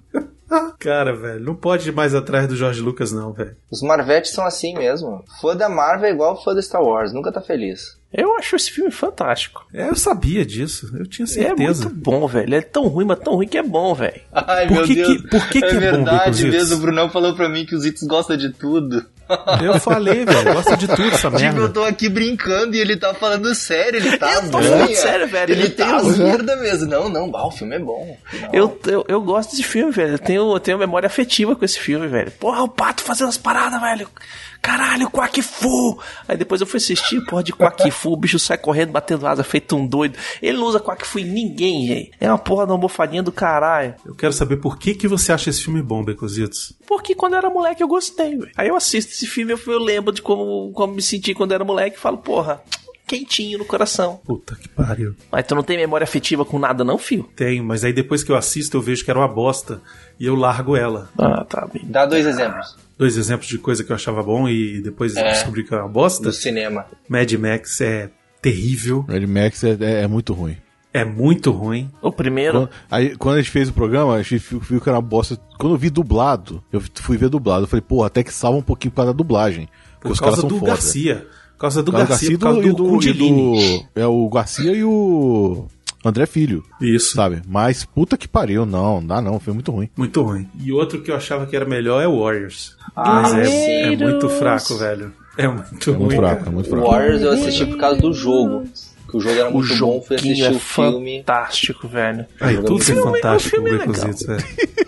Cara, velho, não pode ir mais atrás do Jorge Lucas, não, velho. Os Marvetes são assim mesmo. Fã da Marvel é igual fã da Star Wars, nunca tá feliz. Eu acho esse filme fantástico. É, eu sabia disso, eu tinha É certeza. muito bom, velho. É tão ruim, mas tão ruim que é bom, velho. Ai, Por meu que Deus. que- por que que é é bom, verdade Beconzitos? mesmo, o Brunão falou pra mim que os Itz gostam de tudo. Eu falei, velho, gosta de tudo essa Tipo, eu merda. tô aqui brincando e ele tá falando sério, ele tá Eu tô zoando. falando sério, velho, Ele, ele tem tá as zoando. merda mesmo. Não, não, bah, o filme é bom. Eu, eu, eu gosto desse filme, velho. Eu tenho, eu tenho memória afetiva com esse filme, velho. Porra, o pato fazendo as paradas, velho. Caralho, Quack Fu! Aí depois eu fui assistir, porra, de Quack Fu, o bicho sai correndo, batendo asa, feito um doido. Ele não usa Quack Fu em ninguém, gente. É uma porra da almofadinha do caralho. Eu quero saber por que, que você acha esse filme bom, Becositos. Porque quando eu era moleque eu gostei, velho. Aí eu assisto esse filme, eu, eu lembro de como, como me senti quando eu era moleque e falo, porra, quentinho no coração. Puta que pariu. Mas tu não tem memória afetiva com nada, não, filho? Tenho, mas aí depois que eu assisto eu vejo que era uma bosta e eu largo ela. Ah, tá bem. Dá dois exemplos Dois exemplos de coisa que eu achava bom e depois É. descobri Tá. que era uma bosta. do cinema. Mad Max é terrível. Mad Max é, é- é muito ruim. É muito ruim. O primeiro. Quando, aí, quando a gente fez o programa, a gente viu viu que era uma bosta. Quando eu vi dublado, eu fui ver dublado. Eu falei, pô, até que salva um pouquinho por causa da dublagem. porque Por os caras causa são do foda. Garcia. Por causa do Por causa Garcia, por e causa do, do- e do- Kundilini. É o Garcia e o André Filho. Isso. Sabe? Mas puta que pariu, não, não dá não, foi muito ruim. Muito ruim. E outro que eu achava que era melhor é o Warriors. Ah, Mas é, é Guerreiros. muito fraco, velho. É muito É muito ruim. fraco, cara. é muito O fraco. Warriors eu assisti por causa do jogo. Que o jogo era O muito bom, jogo fui assistir é o filme. fantástico, velho. Aí, tudo é filme- o fantástico, filme é legal. Baconzitos, é.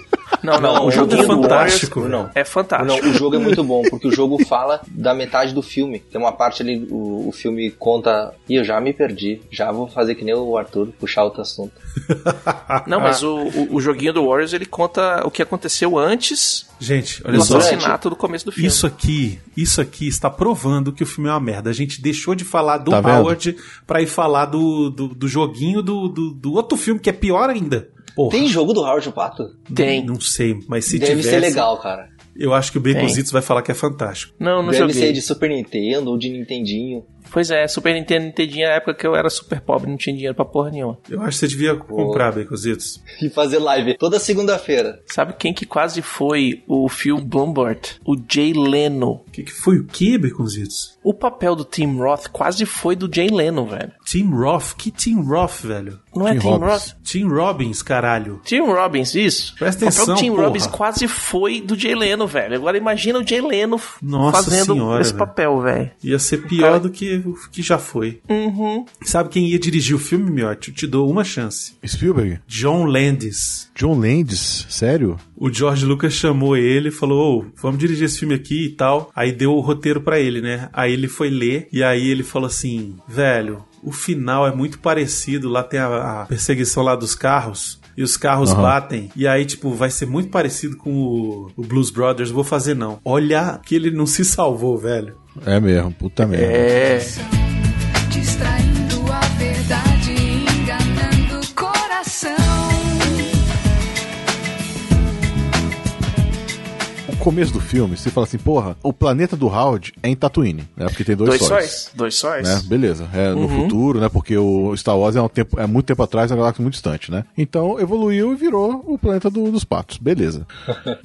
Não, não, o jogo é do Warriors- fantástico. Não. É fantástico. Não, o jogo é muito bom, porque o jogo fala da metade do filme. Tem uma parte ali, o, o filme conta. Ih, eu já me perdi. Já vou fazer que nem o Arthur, puxar outro assunto. Ah, Não, mas o, o, o joguinho do Warriors ele conta o que aconteceu antes Gente, olha do só. assassinato do começo do filme. Isso aqui, isso aqui está provando que o filme é uma merda. A gente deixou de falar do Tá vendo? Howard pra ir falar do, do, do joguinho do, do, do outro filme que é pior ainda. Porra, Tem jogo do Howard o Pato? Tem. não sei, mas se Deve tivesse, ser legal, cara. eu acho que o Baconzitos vai falar que é fantástico. Não, não Deve ser joguei. de Super Nintendo ou de Nintendinho. Pois é, Super Nintendo, Nintendinho, na época que eu era super pobre, não tinha dinheiro pra porra nenhuma. Eu acho que você devia comprar, Baconzitos. E fazer live toda segunda-feira. Sabe quem que quase foi o Phil Blumberg? O Jay Leno. O que, que foi o que, Baconzitos? O papel do Tim Roth quase foi do Jay Leno, velho. Tim Roth? Que Tim Roth, velho? Não é Tim Tim Robbins. Roth? Tim Robbins, caralho. Tim Robbins, isso. é Presta O papel atenção, do Tim porra. Robbins quase foi do Jay Leno, velho. Agora imagina o Jay Leno f- Nossa fazendo senhora, esse velho. papel, velho. Ia ser cara- pior do que o que já foi. Uhum. Sabe quem ia dirigir o filme, Miotti? Eu te dou uma chance. é Spielberg? John Landis. John Landis? Sério? O George Lucas chamou ele e falou: Ô, vamos dirigir esse filme aqui e tal. Aí deu o roteiro pra ele, né? Aí ele foi ler e aí ele falou assim: velho, o final é muito parecido. Lá tem a, a perseguição lá dos carros. E os carros Aham. batem. E aí, tipo, vai ser muito parecido com o, o Blues Brothers. Vou fazer, não. Olha que ele não se salvou, velho. É mesmo, puta merda. É. Distraindo a verdade, enganando o coração. O começo do filme, você fala assim, porra, o planeta do Howard é em Tatooine, né? Porque tem dois, Dois sóis. sóis. Dois sóis. Né? Beleza, é no futuro, né? Porque o Star Wars é, um tempo, é muito tempo atrás, é uma galáxia muito distante, né? Então evoluiu e virou o planeta do- dos patos, beleza.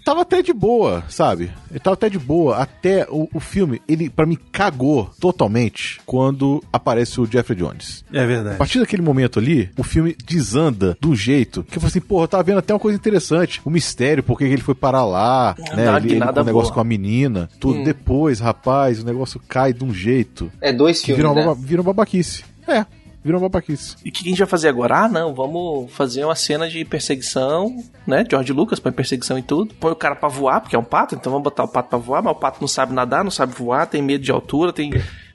tava até de boa, sabe? Ele tava até de boa, até o, o filme, ele pra mim cagou totalmente quando aparece o Jeffrey Jones. É A verdade. partir daquele momento ali, o filme desanda do jeito que eu falei assim, porra, eu tava vendo até uma coisa interessante. O mistério, por que que ele foi parar lá, né? dá uma Ele, ele com guinada o negócio boa. com a menina, tudo. Depois, rapaz, o negócio cai de um jeito É dois que filmes, virou uma, né? baba- virou uma babaquice. É, virou uma babaquice. E o que a gente vai fazer agora? Ah, não, vamos fazer uma cena de perseguição, né? George Lucas põe perseguição e tudo. Põe o cara pra voar, porque é um pato, então vamos botar o pato pra voar, mas o pato não sabe nadar, não sabe voar, tem medo de altura, tem.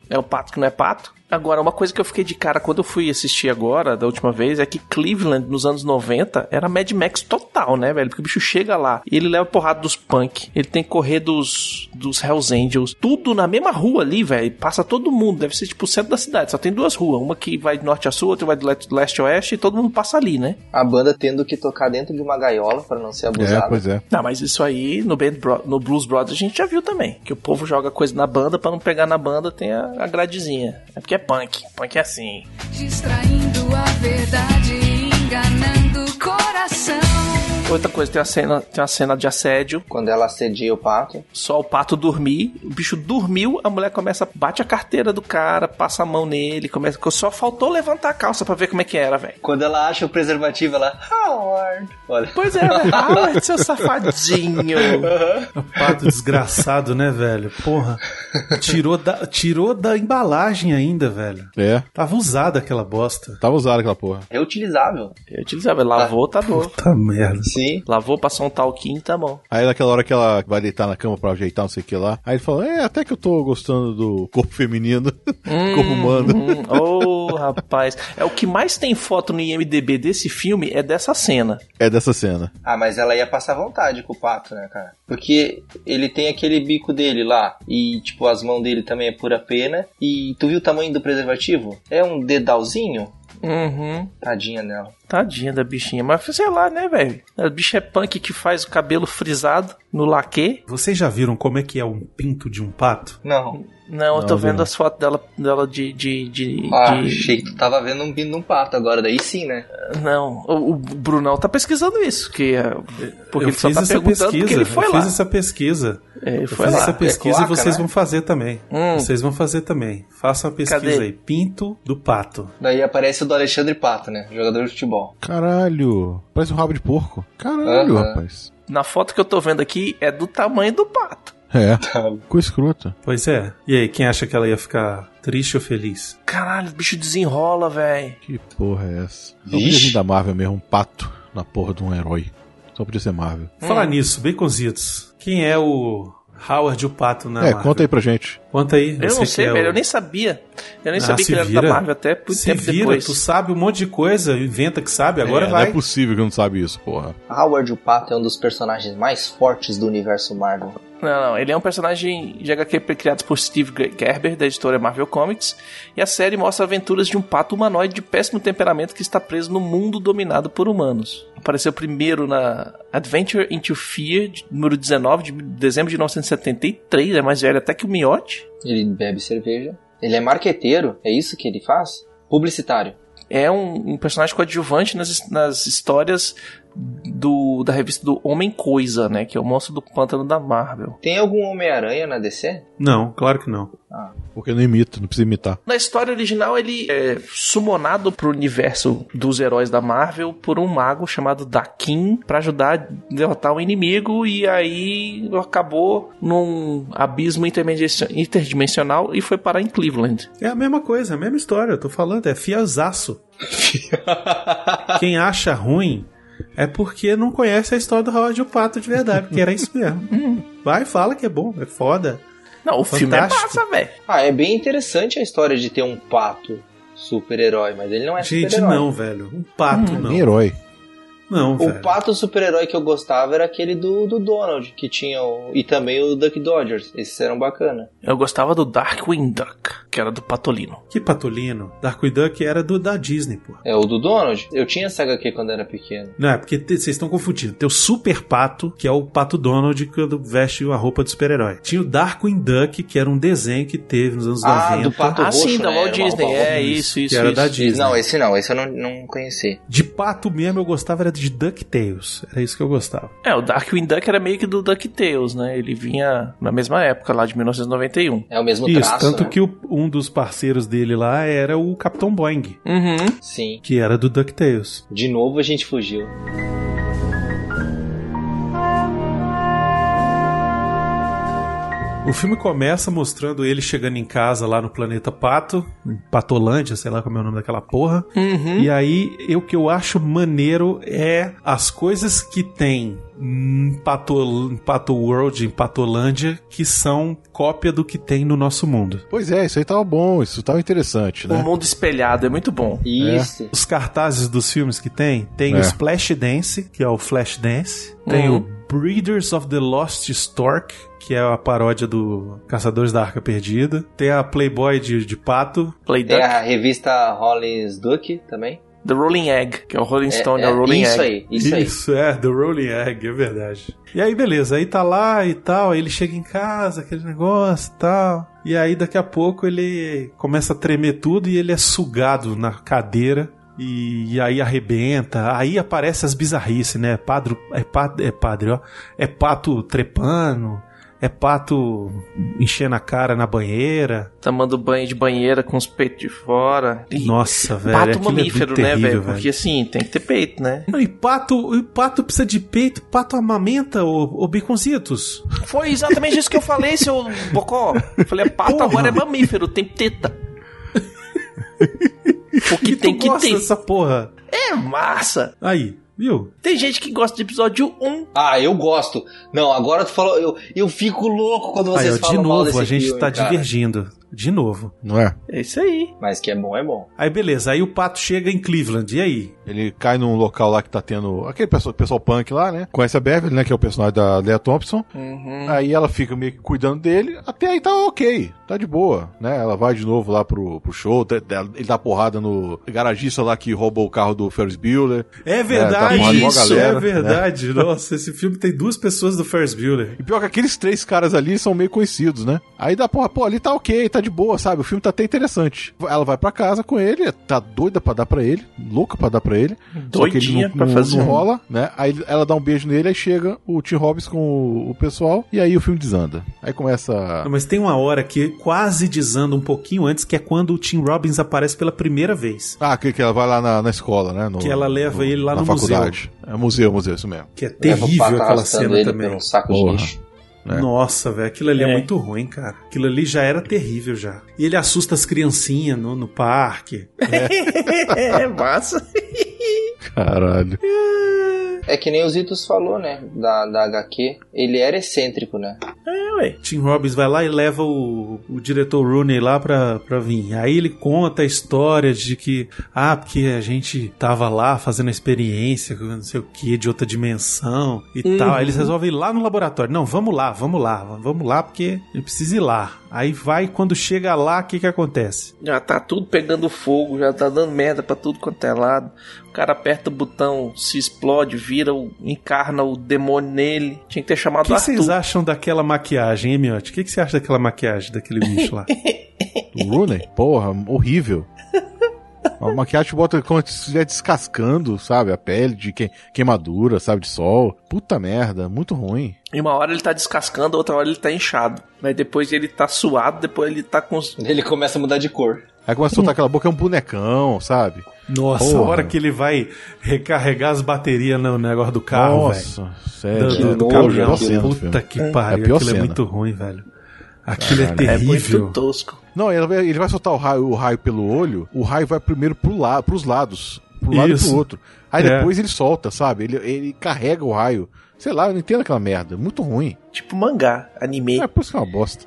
É o pato que não é pato. Agora, uma coisa que eu fiquei de cara quando eu fui assistir agora, da última vez, é que Cleveland, nos anos 90, era Mad Max total, né, velho? Porque o bicho chega lá e ele leva porrada dos punk, ele tem que correr dos, dos Hells Angels, tudo na mesma rua ali, velho. Passa todo mundo, deve ser tipo o centro da cidade, só tem duas ruas, uma que vai de norte a sul, outra vai de le- leste a oeste, e todo mundo passa ali, né? A banda tendo que tocar dentro de uma gaiola pra não ser abusada. É, pois é. Não, mas isso aí no, Band Bro- no Blues Brothers a gente já viu também. Que o povo joga coisa na banda, pra não pegar na banda tem a, a gradezinha. É porque é punk. Punk é assim. Distraindo a verdade, enganando o coração. Outra coisa, tem uma cena, tem uma cena de assédio. Quando ela assedia o pato. Só o pato dormir, o bicho dormiu, a mulher começa, bate a carteira do cara, passa a mão nele, começa. Só faltou levantar a calça pra ver como é que era, velho. Quando ela acha o preservativo, ela. Howard! Olha. Pois é, velho. Ah, seu safadinho. Pato desgraçado, né, velho? Porra. Tirou da, tirou da embalagem ainda, velho. É. Tava usada aquela bosta. Tava usado aquela porra. é Reutilizável. Eu utilizava, lavou, tá bom. Puta merda. Sim. Lavou, passou um talquinho, tá bom. Aí naquela hora que ela vai deitar na cama pra ajeitar, não sei o que lá. Aí ele fala, é, até que eu tô gostando do corpo feminino, corpo humano. Hum, oh, rapaz. É o que mais tem foto no IMDB desse filme é dessa cena. É dessa cena. Ah, mas ela ia passar vontade com o pato, né, cara? Porque ele tem aquele bico dele lá. E, tipo, as mãos dele também é pura pena. E tu viu o tamanho do preservativo? É um dedalzinho? Uhum. Tadinha dela. Tadinha da bichinha, mas sei lá, né, velho? A bicha é punk que faz o cabelo frisado no laque. Vocês já viram como é que é um pinto de um pato? Não. Não, eu tô Não, vendo viu? as fotos dela, dela de. de, de, Ah, de- achei que tu tava vendo um pinto num pato agora, daí sim, né? Não, o, o Brunão tá pesquisando isso, que é- porque ele só tá perguntando porque ele foi eu lá. É, fiz essa pesquisa. ele eu foi fiz lá. essa pesquisa É e cloaca, vocês né? vão fazer também. Hum. Vocês vão fazer também. Façam a pesquisa Cadê? aí. Pinto do pato. Daí aparece o do Alexandre Pato, né? Jogador de futebol. Caralho. Parece um rabo de porco. Caralho, Aham. rapaz. Na foto que eu tô vendo aqui é do tamanho do pato. É. Ficou escrota. Pois é. E aí, quem acha que ela ia ficar triste ou feliz? Caralho, o bicho desenrola, velho. Que porra é essa? Não podia Ixi. vir da Marvel mesmo, um pato na porra de um herói. Só podia ser Marvel. Hum. Falar nisso, baconzitos. Quem é o Howard o Pato na é, Marvel? conta aí pra gente. Conta aí. Eu não que sei, é o- velho. Eu nem sabia. Eu nem Ah, sabia se que ele era vira. da Marvel até por Se tempo vira, depois. tu sabe um monte de coisa, inventa que sabe, agora É, Não vai. é possível que eu não sabe isso, porra. Howard o Pato é um dos personagens mais fortes do universo Marvel. Não, não. Ele é um personagem de HQ criado por Steve Gerber, da editora Marvel Comics. E a série mostra aventuras de um pato humanoide de péssimo temperamento que está preso no mundo dominado por humanos. Apareceu primeiro na Adventure into Fear, de- número 19, de dezembro de 1973. É mais velho até que o Miote. Ele bebe cerveja. Ele é marqueteiro, é isso que ele faz? Publicitário. é um, um personagem coadjuvante nas, nas histórias do, da revista do Homem Coisa, né? Que é o monstro do pântano da Marvel. Tem algum Homem-Aranha na DC? Não, claro que não. Porque não imita, não precisa imitar. Na história original, ele é sumonado pro universo dos heróis da Marvel por um mago chamado Dakin pra ajudar a derrotar o inimigo e aí acabou num abismo intermediacio- interdimensional e foi parar em Cleveland. É a mesma coisa, a mesma história, eu tô falando, é fiazaço. Quem acha ruim é porque não conhece a história do Howard o Pato de verdade, porque era isso mesmo. Vai, fala que é bom, é foda. Não, o filme é Fantástico. massa, velho. Ah, é bem interessante a história de ter um pato super-herói, mas ele não é Gente, super-herói. não, velho. Um pato não. Nem herói. Não, O velho. pato super-herói que eu gostava era aquele do, do Donald, que tinha o. E também o Duck Dodgers. Esses eram bacana. Eu gostava do Darkwing Duck, que era do Patolino. Que patolino. Darkwing Duck era do da Disney, pô. É o do Donald? Eu tinha essa HQ quando era pequeno. Não, é porque te- vocês estão confundindo. Tem o Super Pato, que é o Pato Donald quando veste a roupa do super-herói. Tinha o Darkwing Duck, que era um desenho que teve nos anos Ah, 90. do Pato Ah, Roxo, sim, da né? Walt Era uma Disney. roupa É, roxa. isso, isso, que era isso. da Disney. Não, esse não, esse eu não, não conheci. De pato mesmo eu gostava era de DuckTales. Era isso que eu gostava. É, o Darkwing Duck era meio que do DuckTales, né? Ele vinha na mesma época, lá de 1991. É o mesmo isso, traço. tanto né? que o- um dos parceiros dele lá era o Capitão Boing, Uhum. Sim. que era do DuckTales. De novo a gente fugiu. O filme começa mostrando ele chegando em casa lá no planeta Pato, em Patolândia, sei lá como é o nome daquela porra. Hum? uhum. E aí, eu- o que eu acho maneiro é as coisas que tem em Pato, em Pato World, em Patolândia, que são cópia do que tem no nosso mundo. Pois é, isso aí tava bom, isso tava interessante, O né? mundo espelhado é muito bom. Isso. Os cartazes dos filmes que tem, tem É. o Splash Dance, que é o Flash Dance, tem Uhum. o Breeders of the Lost Stork, que é a paródia do Caçadores da Arca Perdida, tem a Playboy de, de Pato, Play Tem Duck. É a revista Rollins Duck também. The Rolling Egg, que é o Rolling É, Stone, é, é, o Rolling isso Egg. aí, isso, aí. é, The Rolling Egg, é verdade. E aí, beleza, aí tá lá e tal, aí ele chega em casa, aquele negócio e tal. E aí, daqui a pouco, ele começa a tremer tudo e ele é sugado na cadeira. E, e aí arrebenta, aí aparece as bizarrices, né? Padre, é, padre, é padre, ó. É pato trepando, é pato enchendo a cara na banheira. Tomando Tá banho de banheira com os peitos de fora. E Nossa, velho. Pato aquilo é mamífero, muito né, terrível, velho? Porque assim, tem que ter peito, né? não, E pato, e pato precisa de peito, pato amamenta, ô, ô Biconzitos. Foi exatamente isso que eu falei, seu Bocó. Eu Falei, pato Porra. agora é mamífero, tem teta. Porque E tem tu que gosta ter. dessa porra. É massa. Aí, viu? Tem gente que gosta de episódio 1. Ah, eu gosto. Não, agora tu falou. Eu, eu fico louco quando Aí, vocês ó, falam Ah, de mal novo, desse a gente filme, tá cara. divergindo. De novo. Não é? É isso aí. Mas que é bom, é bom. Aí beleza, aí o pato chega em Cleveland, e aí? Ele cai num local lá que tá tendo aquele pessoal, pessoal punk lá, né? Conhece a Beverly, né? Que é o personagem da Lea Thompson. Aí ela fica meio que cuidando dele. Até aí tá ok, tá de boa, né? Ela vai de novo lá pro, pro show. tá- tá- Ele dá porrada no garagista lá que roubou o carro do Ferris Bueller. tá É dá verdade, porrada numa isso, galera, né? é verdade. Nossa, esse filme tem duas pessoas do Ferris Bueller. E pior que aqueles três caras ali são meio conhecidos, né? Aí dá porra, pô, ali tá ok, tá de boa, sabe? O filme tá até interessante. Ela vai pra casa com ele, tá doida pra dar pra ele, louca pra dar pra ele. só que ele Doidinha não, pra não- fazer não um- rola, né? Aí ela dá um beijo nele, aí chega o Tim Robbins com o, o pessoal, e aí o filme desanda. Aí começa. Tá. Não, mas tem uma hora que quase desanda um pouquinho antes, que é quando o Tim Robbins aparece pela primeira vez. Ah, que, que ela vai lá na, na escola, né? No- Que ela leva ele lá na no faculdade. É museu, museu, isso mesmo. Que é Leva o terrível pato aquela arrastando cena ele também. pelo saco de Porra. lixo. É. Nossa, velho, aquilo ali é. É. muito ruim, cara. Aquilo ali já era terrível já. E ele assusta as criancinhas no, no parque. é massa. Caralho. É que nem o Zitos falou, né? Da, da HQ. Ele era excêntrico, né? É, ué. Tim Robbins vai lá e leva o, o diretor Rooney lá pra, pra vir. Aí ele conta a história de que, ah, porque a gente tava lá fazendo a experiência, com não sei o que, de outra dimensão e tal. Aí eles resolvem ir lá no laboratório. Não, vamos lá, vamos lá, vamos lá, porque ele precisa ir lá. Aí vai, quando chega lá, o que que acontece? Já tá tudo pegando fogo, já tá dando merda pra tudo quanto é lado. O cara aperta o botão, se explode, vira, o- encarna o demônio nele. Tinha que ter O chamado que o que Arthur. vocês acham daquela maquiagem, hein, Miotti? O que que você acha daquela maquiagem, daquele bicho lá? O Rooney? Porra, horrível. A maquiagem bota quando estiver descascando, sabe? A pele de que- queimadura, sabe? De sol. Puta merda, muito ruim. E uma hora ele tá descascando, outra hora ele tá inchado. Mas depois ele tá suado, depois ele tá com. os- Ele começa a mudar de cor. Aí começa a soltar aquela boca, é um bonecão, sabe? Nossa, a Porra. hora que ele vai recarregar as baterias no negócio do carro, velho. Nossa, É, do, sério. Que do, do nojo caminhão. aquilo. Cena do Puta filme. que É. É a pariu, pior aquilo é cena. muito ruim, velho. Aquilo é Caralho. É muito terrível. tosco. Não, ele vai, ele vai soltar o raio, o raio pelo olho, o raio vai primeiro pro la, pros lados. Pro lado e Isso. pro outro. Aí É. depois ele solta, sabe? Ele, ele carrega o raio. Sei lá, eu não entendo aquela merda. Muito ruim. Tipo mangá, anime. É por isso que é uma bosta.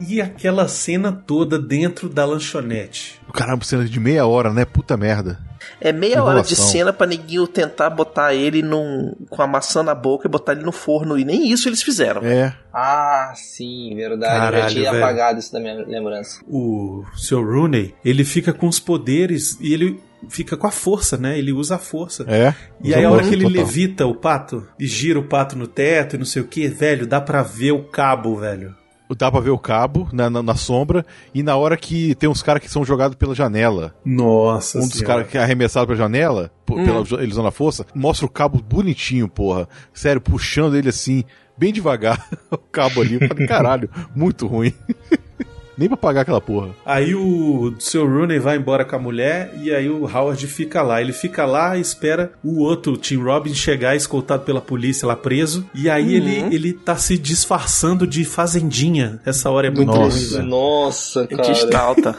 E aquela cena toda dentro da lanchonete. Caramba, cena de meia hora, né? Puta merda. É meia hora de Enrolação. cena pra neguinho tentar botar ele num, com a maçã na boca e botar ele no forno. E nem isso eles fizeram. É. Ah, sim, verdade. eu já Caralho, tinha velho. apagado isso da minha lembrança. O seu Rooney, ele fica com os poderes e ele fica com a força, né? Ele usa a força. É. E aí a hora que ele Total. levita o pato e gira o pato no teto e não sei o que, velho, dá pra ver o cabo, velho. Dá pra ver o cabo na, na, na sombra. E na hora que tem uns caras que são jogados pela janela. Nossa um dos caras que é arremessado pela janela, po- pela, Hum. jo- ele usando a força, mostra o cabo bonitinho, porra. Sério, puxando ele assim, bem devagar, o cabo ali. Eu falei, caralho, muito ruim. Nem pra pagar aquela porra. Aí o seu Rooney vai embora com a mulher e aí o Howard fica lá. Ele fica lá e espera o outro Tim Robbins chegar, escoltado pela polícia lá preso. E aí ele, ele tá se disfarçando de fazendinha. Essa hora é muito ruim, Nossa. velho. Nossa, Ele te cara. estalta.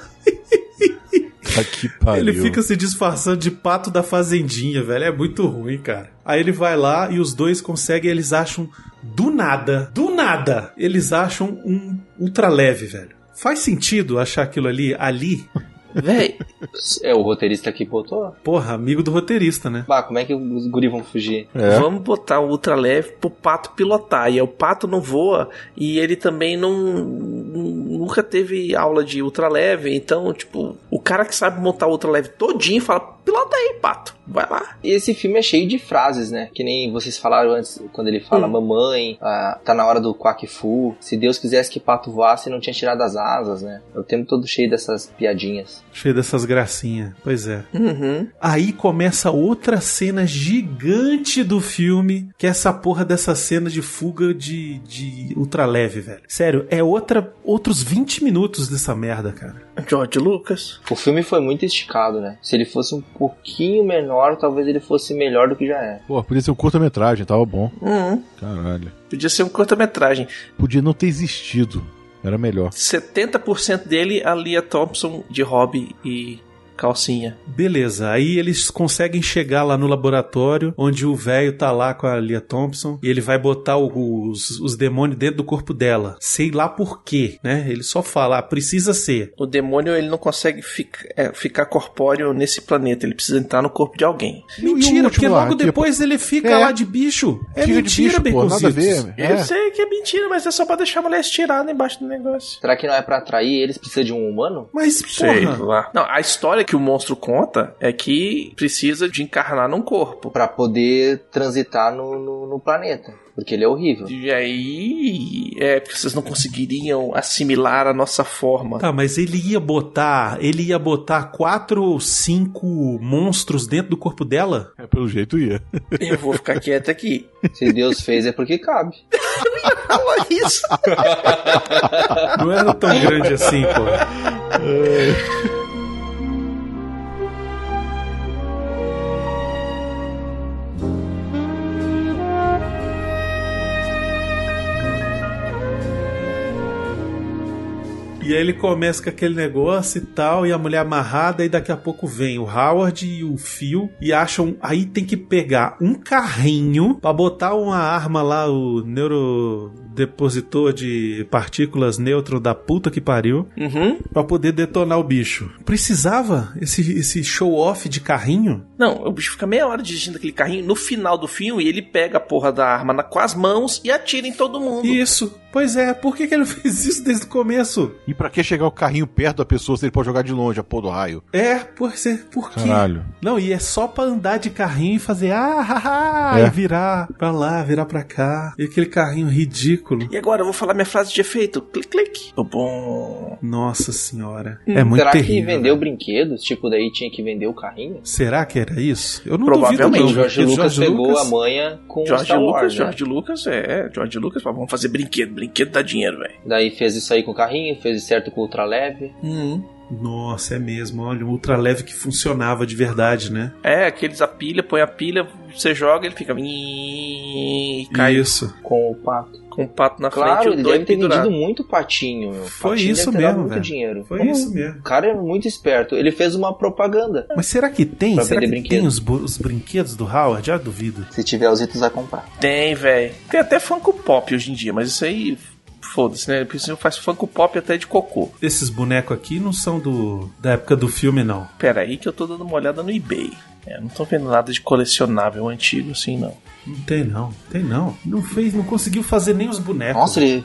Tá que pariu. Ele fica se disfarçando de pato da fazendinha, velho. É muito ruim, cara. Aí ele vai lá e os dois conseguem, eles acham do nada, do nada, eles acham um ultraleve, velho. Faz sentido achar aquilo ali, ali? Véi, É o roteirista que botou? Porra, amigo do roteirista, né? Bah, como é que os guri vão fugir? É. vamos botar o ultraleve pro pato pilotar. E aí o pato não voa e ele também não. Nunca teve aula de ultraleve. Então, tipo, o cara que sabe montar o ultraleve todinho fala: pilota aí, pato, vai lá. E esse filme é cheio de frases, né? Que nem vocês falaram antes, quando ele fala mamãe, ah, tá na hora do quack fu, se Deus quisesse que pato voasse, não tinha tirado as asas, né? É O tempo todo cheio dessas piadinhas. Cheio dessas gracinhas. Pois é. Uhum. Aí começa outra cena gigante do filme, que é essa porra dessa cena de fuga de, de ultraleve, velho. Sério, é outra outros 20 minutos dessa merda, cara. George Lucas. O filme foi muito esticado, né? Se ele fosse um pouquinho menor, talvez ele fosse melhor do que já é. Pô, podia ser um curta-metragem, tava bom. Uhum. Caralho. Podia ser um curta-metragem. Podia não ter existido. Era melhor. 70% dele a Lia Thompson de hobby e calcinha. Beleza, aí eles conseguem chegar lá no laboratório, onde o velho tá lá com a Lia Thompson e ele vai botar o- os, os demônios dentro do corpo dela. Sei lá por quê, né? Ele só fala, ah, precisa ser. O demônio ele não consegue fica- é, ficar corpóreo nesse planeta, ele precisa entrar no corpo de alguém. Mentira, porque lá, logo que- depois ele fica É. lá de bicho. É Fica de mentira, bicho, pô, nada a Baconzitos. ver, Eu sei que é mentira, mas é só pra deixar a mulher estirada embaixo do negócio. Será que não é pra atrair eles? Precisa de um humano? Mas, Sei lá. Não, a história que o monstro conta é que precisa de encarnar num corpo. Pra poder transitar no, no, no planeta. Porque ele é horrível. E aí. É, porque vocês não conseguiriam assimilar a nossa forma. Tá, mas ele ia botar, ele ia botar quatro ou cinco monstros dentro do corpo dela? É, pelo jeito ia. Eu vou ficar quieto aqui. Se Deus fez, é porque cabe. Fala isso! Não era tão grande assim, pô. E aí ele começa com aquele negócio e tal, e a mulher amarrada, e daqui a pouco vem o Howard e o Phil e acham. Aí tem que pegar um carrinho pra botar uma arma lá, o neurodepositor de partículas neutro da puta que pariu, Uhum. pra poder detonar o bicho. Precisava esse, esse show-off de carrinho? Não, o bicho fica meia hora dirigindo aquele carrinho. No final do filme, ele pega a porra da arma na- com as mãos e atira em todo mundo. Isso. Pois é, por que, que ele fez isso desde o começo? E pra que chegar o carrinho perto da pessoa se ele pode jogar de longe, a porra do raio? É, por ser. Por quê? Caralho. Não, e é só pra andar de carrinho e fazer ah, ha, ha, É. e virar pra lá, virar pra cá. E aquele carrinho ridículo. E agora eu vou falar minha frase de efeito. Clic, clic. Bom. Nossa senhora. é muito Hum. Será terrível. que vendeu brinquedos? Tipo, daí tinha que vender o carrinho? Será que era isso? Eu não duvido Provavelmente. não. Jorge porque Lucas pegou a manha com George Star Wars, Lucas, né? George Lucas, é, George Lucas, pô, vamos fazer brinquedo, brinquedo dá dinheiro, velho. Daí fez isso aí com o carrinho, fez certo com o ultraleve. Uhum. Nossa, é mesmo. Olha, um ultraleve que funcionava de verdade, né? É, aqueles a pilha, põe a pilha, você joga, ele fica. E cai Isso. Com o pato. com o pato na frente. Claro, o ele doido deve ter pendurado. vendido muito patinho, meu. Foi Patinho isso deve ter dado mesmo, muito velho. dinheiro. Foi Como- isso mesmo. O cara é muito esperto. Ele fez uma propaganda. Mas será que tem? Pra será que vender tem brinquedo. os, bo- os brinquedos do Howard? Já duvido. Se tiver os itens a comprar. Tem, velho. Tem até Funko Pop hoje em dia, mas isso aí. Foda-se, né? Porque você faz Funko Pop até de cocô. Esses bonecos aqui não são do da época do filme, não. Pera aí que eu tô dando uma olhada no eBay. É, não tô vendo nada de colecionável antigo assim, não. Não tem não, tem não. Não fez, não conseguiu fazer nem os bonecos. Nossa, ele,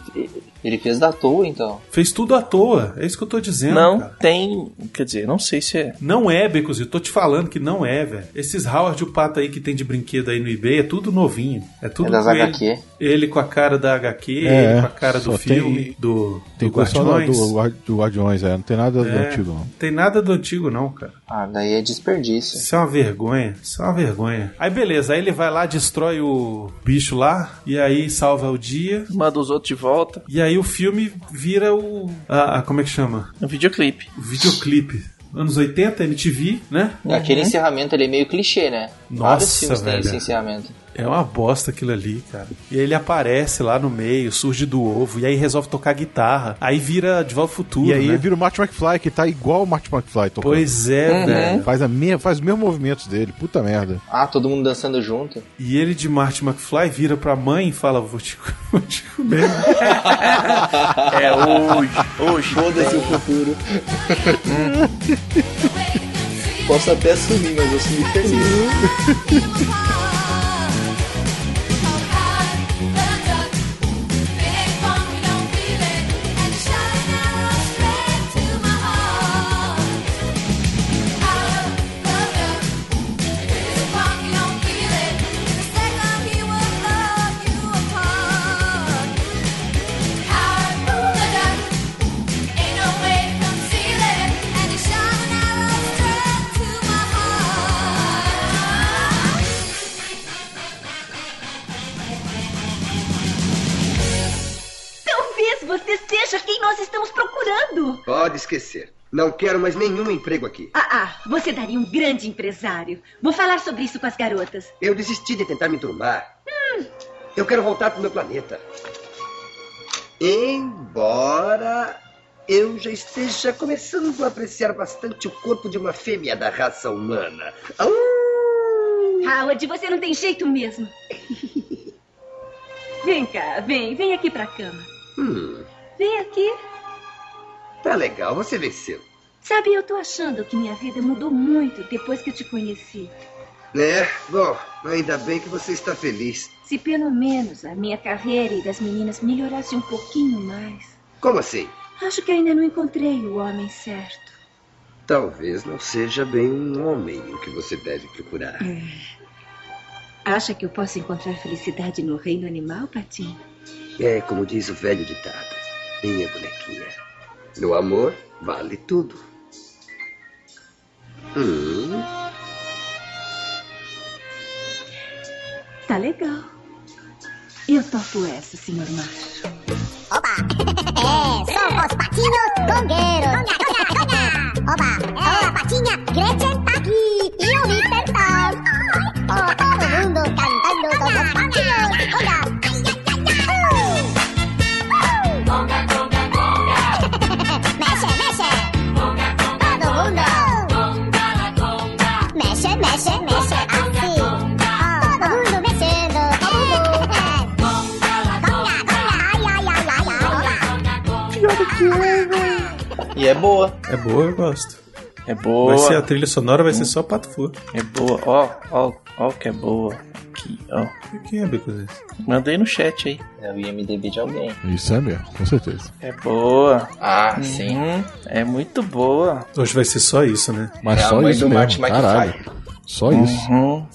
ele fez da toa, então. Fez tudo à toa, é isso que eu tô dizendo. não cara. tem. Quer dizer, não sei se é. Não é, Becos, eu tô te falando que não é, velho. Esses Howard o Pato aí que tem de brinquedo aí no eBay é tudo novinho. É tudo É das com ele- HQ. Ele, com a cara da HQ, É, ele com a cara do só tem- filme, do, Tem do coisa só do, Guardiões. do, Guar- do Guardiões, é. Não tem nada do É. antigo, não. Tem nada do antigo, não, cara. Ah, daí é desperdício. Isso é uma vergonha, isso é uma vergonha. Aí beleza, aí ele vai lá, destrói o bicho lá, e aí salva o dia. Manda os outros de volta. E aí o filme vira o. Ah, ah, como é que chama? Um videoclipe. O videoclipe. Anos 80, MTV, né? Aquele Uhum. encerramento ele é meio clichê, né? Vários Nossa, filmes têm esse velho. encerramento. É uma bosta aquilo ali, cara. E aí ele aparece lá no meio, surge do ovo, e aí resolve tocar guitarra. Aí vira De Volta ao Futuro. E aí né? vira o Marty McFly, que tá igual o Marty McFly tocando. Pois é, Uhum. velho. Faz, a me... Faz os mesmos movimentos dele, puta merda. Ah, todo mundo dançando junto. E ele de Marty McFly vira pra mãe e fala: Vou te, vou te comer. É hoje, hoje. Foda-se o futuro. Posso até sumir, mas eu sumi feliz. Talvez você seja quem nós estamos procurando. Pode esquecer. Não quero mais nenhum emprego aqui. Ah, ah, você daria um grande empresário. Vou falar sobre isso com as garotas. Eu desisti de tentar me enturmar. Eu quero voltar pro meu planeta. Embora eu já esteja começando a apreciar bastante o corpo de uma fêmea da raça humana. Howard, você não tem jeito mesmo. Vem cá, vem, vem aqui pra cama. Hum, Vem aqui. tá legal, você venceu. Sabe, eu tô achando que minha vida mudou muito depois que eu te conheci. Né? Bom, ainda bem que você está feliz. Se pelo menos a minha carreira e das meninas melhorasse um pouquinho mais. Como assim? Acho que ainda não encontrei o homem certo. Talvez não seja bem um homem o que você deve procurar. Acha que eu posso encontrar felicidade no reino animal, Patinho? É como diz o velho ditado, minha bonequinha. No amor, vale tudo. Hum, Tá legal. Eu topo essa, senhor macho. Ờ, É, somos patinhos congueiros. Conga, conga, Ờ, conga. Oba, é. a patinha Gretchen tá aqui. E o Mr. Tom. Oh, todo Ờ, mundo cantando somos patinhos congas. Conga, conga, conga. Mexe, mexe. Conga, conga, todo mundo. Conga, conga. Mexe, mexe, mexe. Assim. Oh, Ờ, todo mundo mexendo. Todo mundo. É. Conga, conga. Ai, ai, ai, ai, ai. Conga. E é boa. É boa, eu gosto. É boa. Vai ser a trilha sonora, vai ser só pato fu. É boa. Ó, ó, ó que é boa. Aqui, ó. Quem é Bicuzes? Mandei no chat aí. É o IMDB de alguém. Isso é mesmo, com certeza. É boa. Ah, Uhum, sim. É muito boa. Hoje vai ser só isso, né? Mas É a só mãe isso do mesmo, Marty McFly. caralho. Só isso. Uhum.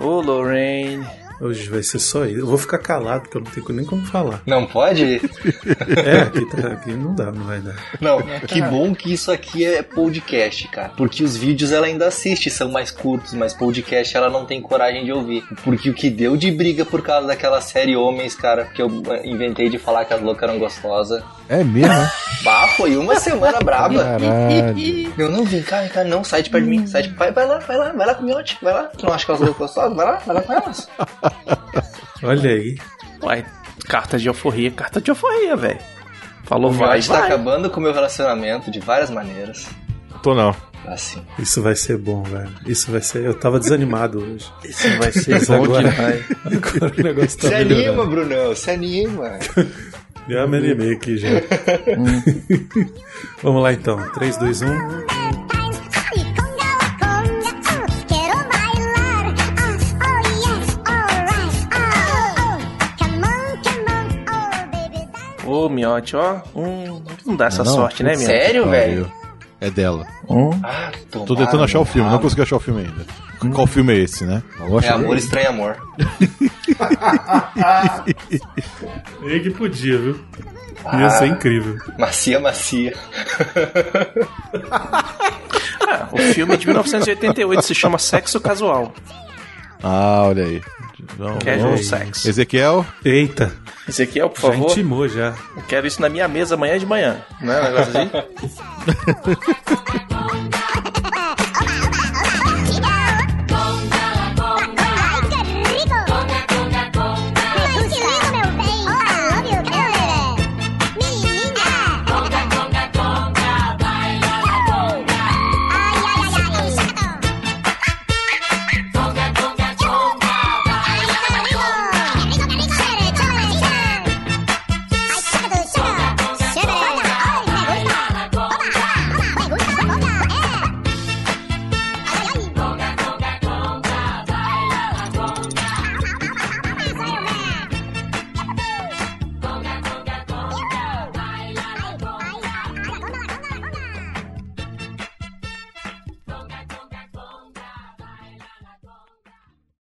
Ô, Lorraine. Hoje vai ser só isso. Eu vou ficar calado, porque eu não tenho nem como falar. Não pode? É, aqui, tá- aqui não dá, não vai dar. Não, É. que bom que isso aqui é podcast, cara. Porque os vídeos ela ainda assiste, são mais curtos, mas podcast ela não tem coragem de ouvir. Porque o que deu de briga por causa daquela série Homens, cara, que eu eh, inventei de falar que as loucas eram gostosas. É mesmo, né? Bah, foi uma semana braba. Caralho. Eu não vim, cá, vem cá, não, sai de perto de mim, sai de... Vai, vai lá, vai lá, vai lá com o miote, vai lá. Tu não acha que elas loucas gostosas? Vai lá, vai lá com elas. Olha aí. Uai, carta de alforria, carta de alforria, velho. Falou, O vai, miote tá vai. acabando com o meu relacionamento de várias maneiras. Tô não. Assim. Isso vai ser bom, velho. Isso vai ser. Eu tava desanimado hoje. Isso vai ser Mas bom agora- demais. Agora o negócio tá Se anima, melhorando. Brunão, se anima. Já me animei aqui já. Vamos lá então. 3, 2, 1. Quero bailar, oh yes, alright, oh come on, come on, oh baby. Ô, Miote, ó. Hum, não dá essa Não, sorte, né, Miote? Sério, velho? Pariu. É dela. Hum. Ah, tomara, Tô tentando achar o filme, não tomara. consegui achar o filme ainda. Qual filme é esse, né? Eu vou É achar. amor, estranho amor. Ele que podia, viu? Ia ser incrível. Macia, macia. Ah, o filme é de 1988 se chama Sexo Casual. Ah, olha aí. Não, Casual não. Sex. Ezequiel, Eita, Esse aqui é o, por já favor. intimou já. Quero isso na minha mesa amanhã de manhã. Não é um negócio assim? Conga,